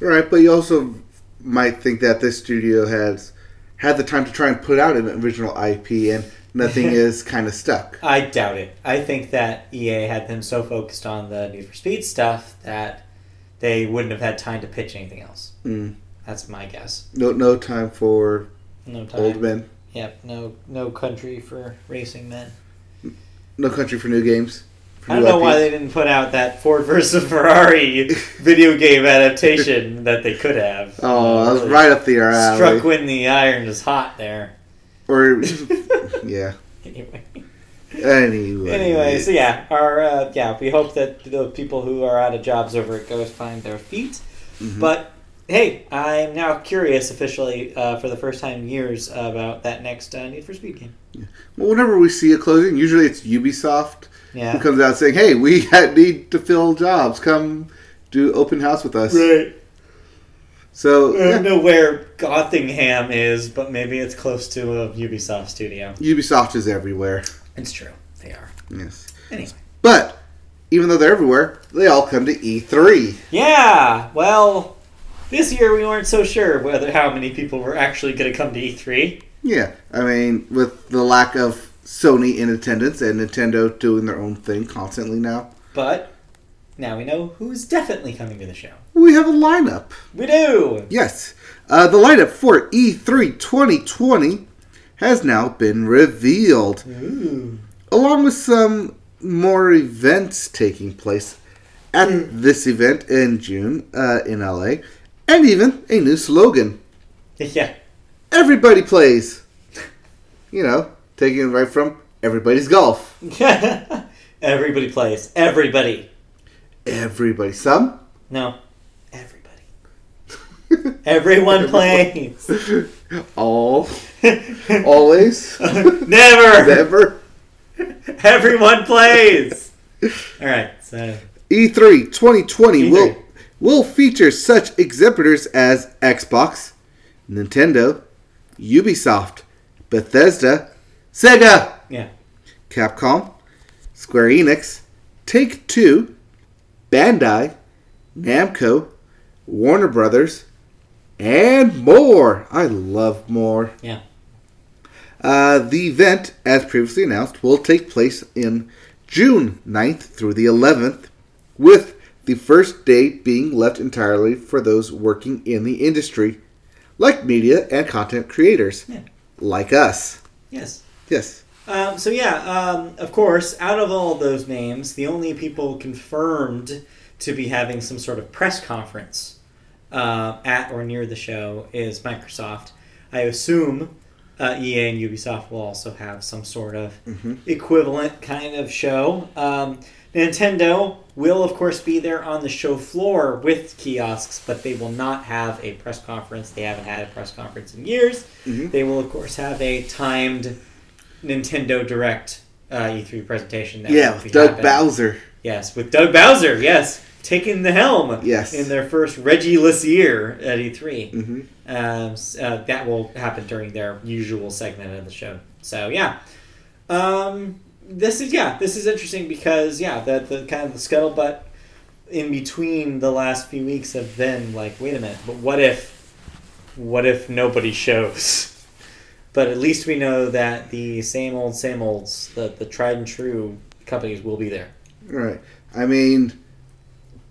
Right, but you also might think that this studio has had the time to try and put out an original IP and nothing is kind of stuck.
I doubt it. I think that EA had them so focused on the Need for Speed stuff that they wouldn't have had time to pitch anything else.
Mm.
That's my guess.
No, no time for
No time.
old men.
Yep. No. No country for racing men.
No country for new games. for
I don't
new
know why
IPs.
they didn't put out that Ford versus Ferrari video game adaptation that they could have.
Oh, that was
Really
right up the alley.
Struck when the iron is hot. There.
Or yeah.
anyway.
Anyway.
Anyway, so yeah, our uh, yeah, we hope that the people who are out of jobs over at Ghost find their feet. But hey, I'm now curious officially uh, for the first time in years about that next uh, Need for Speed game.
Well, whenever we see a closing, usually it's Ubisoft who
Yeah,
comes out saying, "Hey, we had- need to fill jobs. Come do open house with us."
right.
So
I
yeah,
don't know where Gothingham is, but maybe it's close to a Ubisoft studio.
Ubisoft is everywhere.
It's true, they are.
Yes,
Anyway.
but even though they're everywhere, they all come to E E3.
Yeah, well, this year we weren't so sure whether how many people were actually going to come to E E3.
Yeah, I mean, with the lack of Sony in attendance and Nintendo doing their own thing constantly now,
But now we know who's definitely coming to the show.
we have a lineup.
We do.
Yes. Uh, the lineup for E E3 2020 has now been revealed,
Ooh.
along with some more events taking place at this event in June uh, in LA, and even a new slogan.
yeah.
Everybody plays. You know, taking it right from everybody's golf.
Everybody plays. Everybody.
Everybody. Some.
No. Everybody. Everyone plays.
All. Always.
Never.
Never.
Everyone plays. All right. So
E3 2020
E3.
will will feature such exhibitors as Xbox, Nintendo, Ubisoft, Bethesda, Sega,
yeah.
Capcom, Square Enix, Take Two, Bandai, Namco, Warner Brothers, and more. I love more.
Yeah.
Uh, the event, as previously announced, will take place in June 9th through the 11th, with the first day being left entirely for those working in the industry, like media and content creators,
Yeah.
like us.
Yes.
Yes.
Um, so yeah, um, of course, out of all those names, the only people confirmed to be having some sort of press conference uh, at or near the show is Microsoft. I assume uh, EA and Ubisoft will also have some sort of
Mm-hmm.
equivalent kind of show. Um, Nintendo will, of course, be there on the show floor with kiosks, but they will not have a press conference. They haven't had a press conference in years.
Mhm.
They will, of course, have a timed Nintendo Direct uh, E3 presentation. That
yeah,
will be
with Doug
happening.
Bowser.
Yes, with Doug Bowser. Yes, taking the helm.
Yes.
in their first Reggie year at E E3.
hmm
Um, s- uh, that will happen during their usual segment of the show. So yeah, um, this is yeah, this is interesting because yeah, the the kind of the scuttlebutt in between the last few weeks have been like, wait a minute, but what if, what if nobody shows? But at least we know that the same old, same olds, the the tried and true companies will be there.
Right. I mean,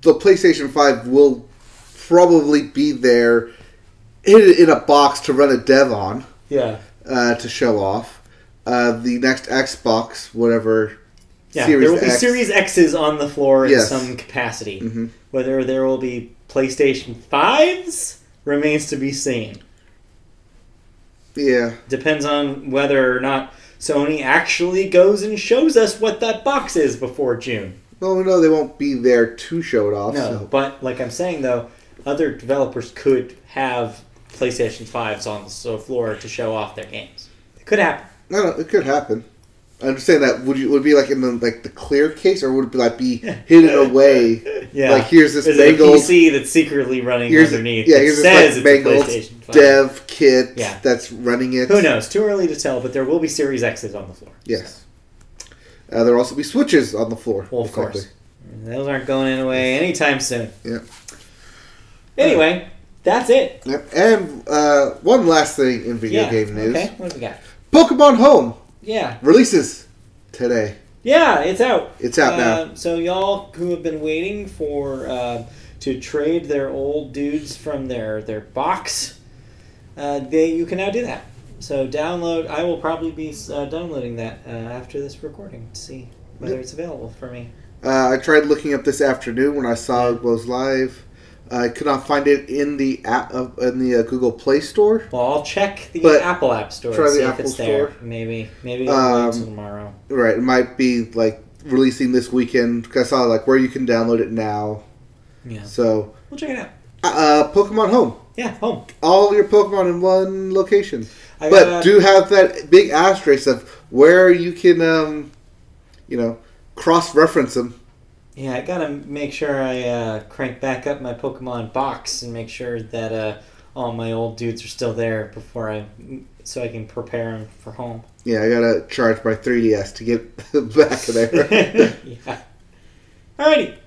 the PlayStation 5 will probably be there in, in a box to run a dev on
Yeah,
uh, to show off. Uh, the next Xbox, whatever.
yeah.
Series
there will be
X.
Series X's on the floor in
Yes.
some capacity.
hmm
Whether there will be PlayStation 5s remains to be seen.
Yeah.
Depends on whether or not Sony actually goes and shows us what that box is before June.
Well, no, they won't be there to show it off.
No,
So.
but like I'm saying though, other developers could have PlayStation 5s on the so- floor to show off their games. It could happen.
No, no, it could happen. I'm just saying that would you would it be like in the like the clear case, or would it be like be hidden away?
Yeah.
Like here's this
There's a
mangled
PC that's secretly running
Here's-
underneath.
yeah,
that
here's this,
says
like,
it's a
mangled
PlayStation 5.
dev kit
Yeah.
that's running it.
Who knows? Too early to tell, but there will be Series X's on the floor.
Yes. Uh, there will also be switches on the floor.
Well, of
most likely.
course. Those aren't going away anytime soon.
Yep.
Anyway, that's it.
Yep. And uh, one last thing in video
yeah.
game news:
Okay, what do we got?
Pokemon Home
Yeah.
releases today.
Yeah, it's out.
It's out now.
Um, so y'all who have been waiting for uh, to trade their old dudes from their their box, uh, they you can now do that. So download. I will probably be uh, downloading that uh, after this recording to see whether
Yep.
it's available for me.
Uh, I tried looking up this afternoon when I saw it was live. I could not find it in the app uh, in the uh, Google Play Store.
Well, I'll check the
But
Apple App Store.
try
and
the
see if
Apple
it's there.
Store.
Maybe maybe I'll wait
Um,
till tomorrow.
Right, it might be like releasing this weekend. 'cause I saw like where you can download it now.
Yeah,
So,
we'll check it out.
uh, Pokemon Home,
Yeah, home.
all your Pokemon in one location.
I
but
got-
do have that big asterisk of where you can, um, you know, cross reference them.
Yeah, I gotta make sure I uh, crank back up my Pokemon box and make sure that uh, all my old dudes are still there before I, so I can prepare them for home.
Yeah, I gotta charge my 3DS to get back there.
yeah. Alrighty,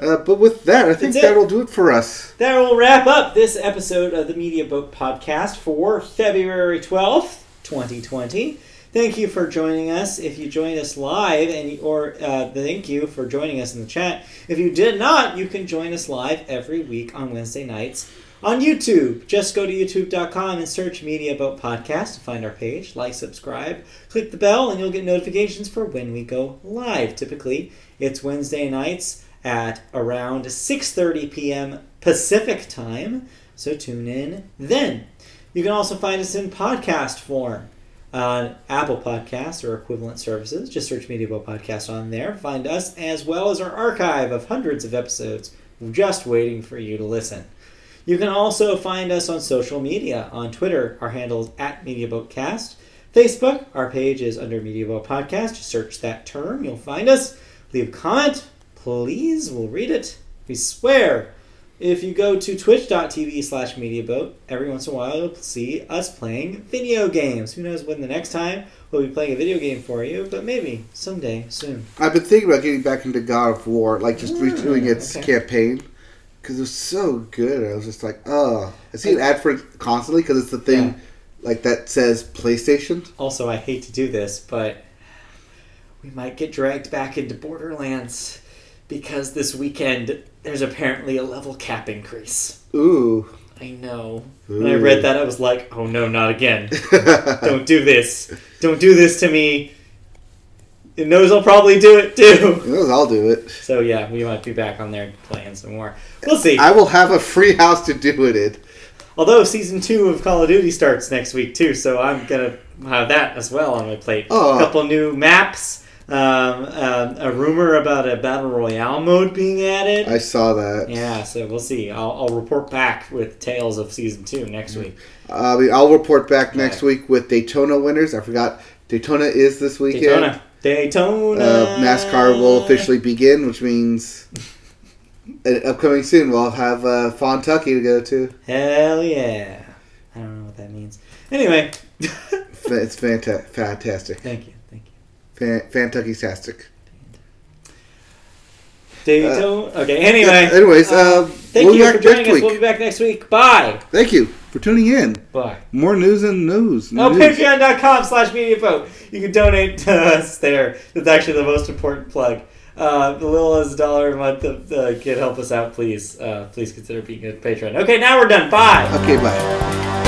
uh, but with that, I think
That's it.
that will do it for us.
that will wrap up this episode of the Media Boat Podcast for February twelfth, twenty twenty. Thank you for joining us. If you joined us live, and or uh, thank you for joining us in the chat. If you did not, you can join us live every week on Wednesday nights on YouTube. Just go to youtube.com and search Media Boat Podcast to find our page. Like, subscribe, click the bell, and you'll get notifications for when we go live. Typically, it's Wednesday nights at around 6:30 p.m. Pacific time. So tune in then. You can also find us in podcast form on Apple Podcasts or equivalent services. Just search Media Boat Podcast on there. Find us as well as our archive of hundreds of episodes just waiting for you to listen. You can also find us on social media. On Twitter, our handle is at MediaBoatCast. Facebook, our page is under MediaBoat Podcast. Just search that term, you'll find us. Leave a comment, please. We'll read it. We swear. If you go to twitch.tv slash MediaBoat, every once in a while you'll see us playing video games. Who knows when the next time we'll be playing a video game for you, but maybe someday soon.
I've been thinking about getting back into God of War, like just
Mm,
redoing its
okay.
campaign because it was so good. I was just like, oh, I see an ad for it constantly because it's the thing
Yeah.
like that says PlayStation.
Also, I hate to do this, but we might get dragged back into Borderlands because this weekend there's apparently a level cap increase.
Ooh,
I know. When I read that, I was like, oh no, not again.
that,
Don't do this. Don't do this to me. It knows I'll probably do it too.
I'll do it.
So, yeah, we might be back on there playing some more. We'll see.
I will have a free house to do it in.
Although, season two of Call of Duty starts next week too, so I'm going to have that as well on my plate.
Oh.
A couple new maps. Um, um, a rumor about a battle royale mode being added.
I saw that.
yeah, so we'll see. I'll, I'll report back with tales of season two next
Mm.
week.
I mean, Uh, I'll report back next week with Daytona winners. I forgot Daytona is this weekend.
Daytona, Daytona.
Uh, NASCAR will officially begin, which means uh, upcoming soon we'll have uh, Fontucky to go to.
Hell yeah! I don't know what that means. Anyway,
Fa- It's fanta- fantastic.
thank you, thank you.
Fan- Fantucky-tastic.
Daytona. okay. Anyway. Um,
Uh, Yeah, anyways, uh,
thank
we'll be
you
back
for joining
next
us.
week.
We'll be back next week. Bye.
Thank you for tuning in.
Bye.
More news and news.
Oh,
news.
patreon.com slash mediaboat. You can donate to us there. That's actually the most important plug. Uh, the little as a dollar a month uh, can help us out, please. Uh, please consider being a patron. Okay, now we're done. Bye.
Okay, bye.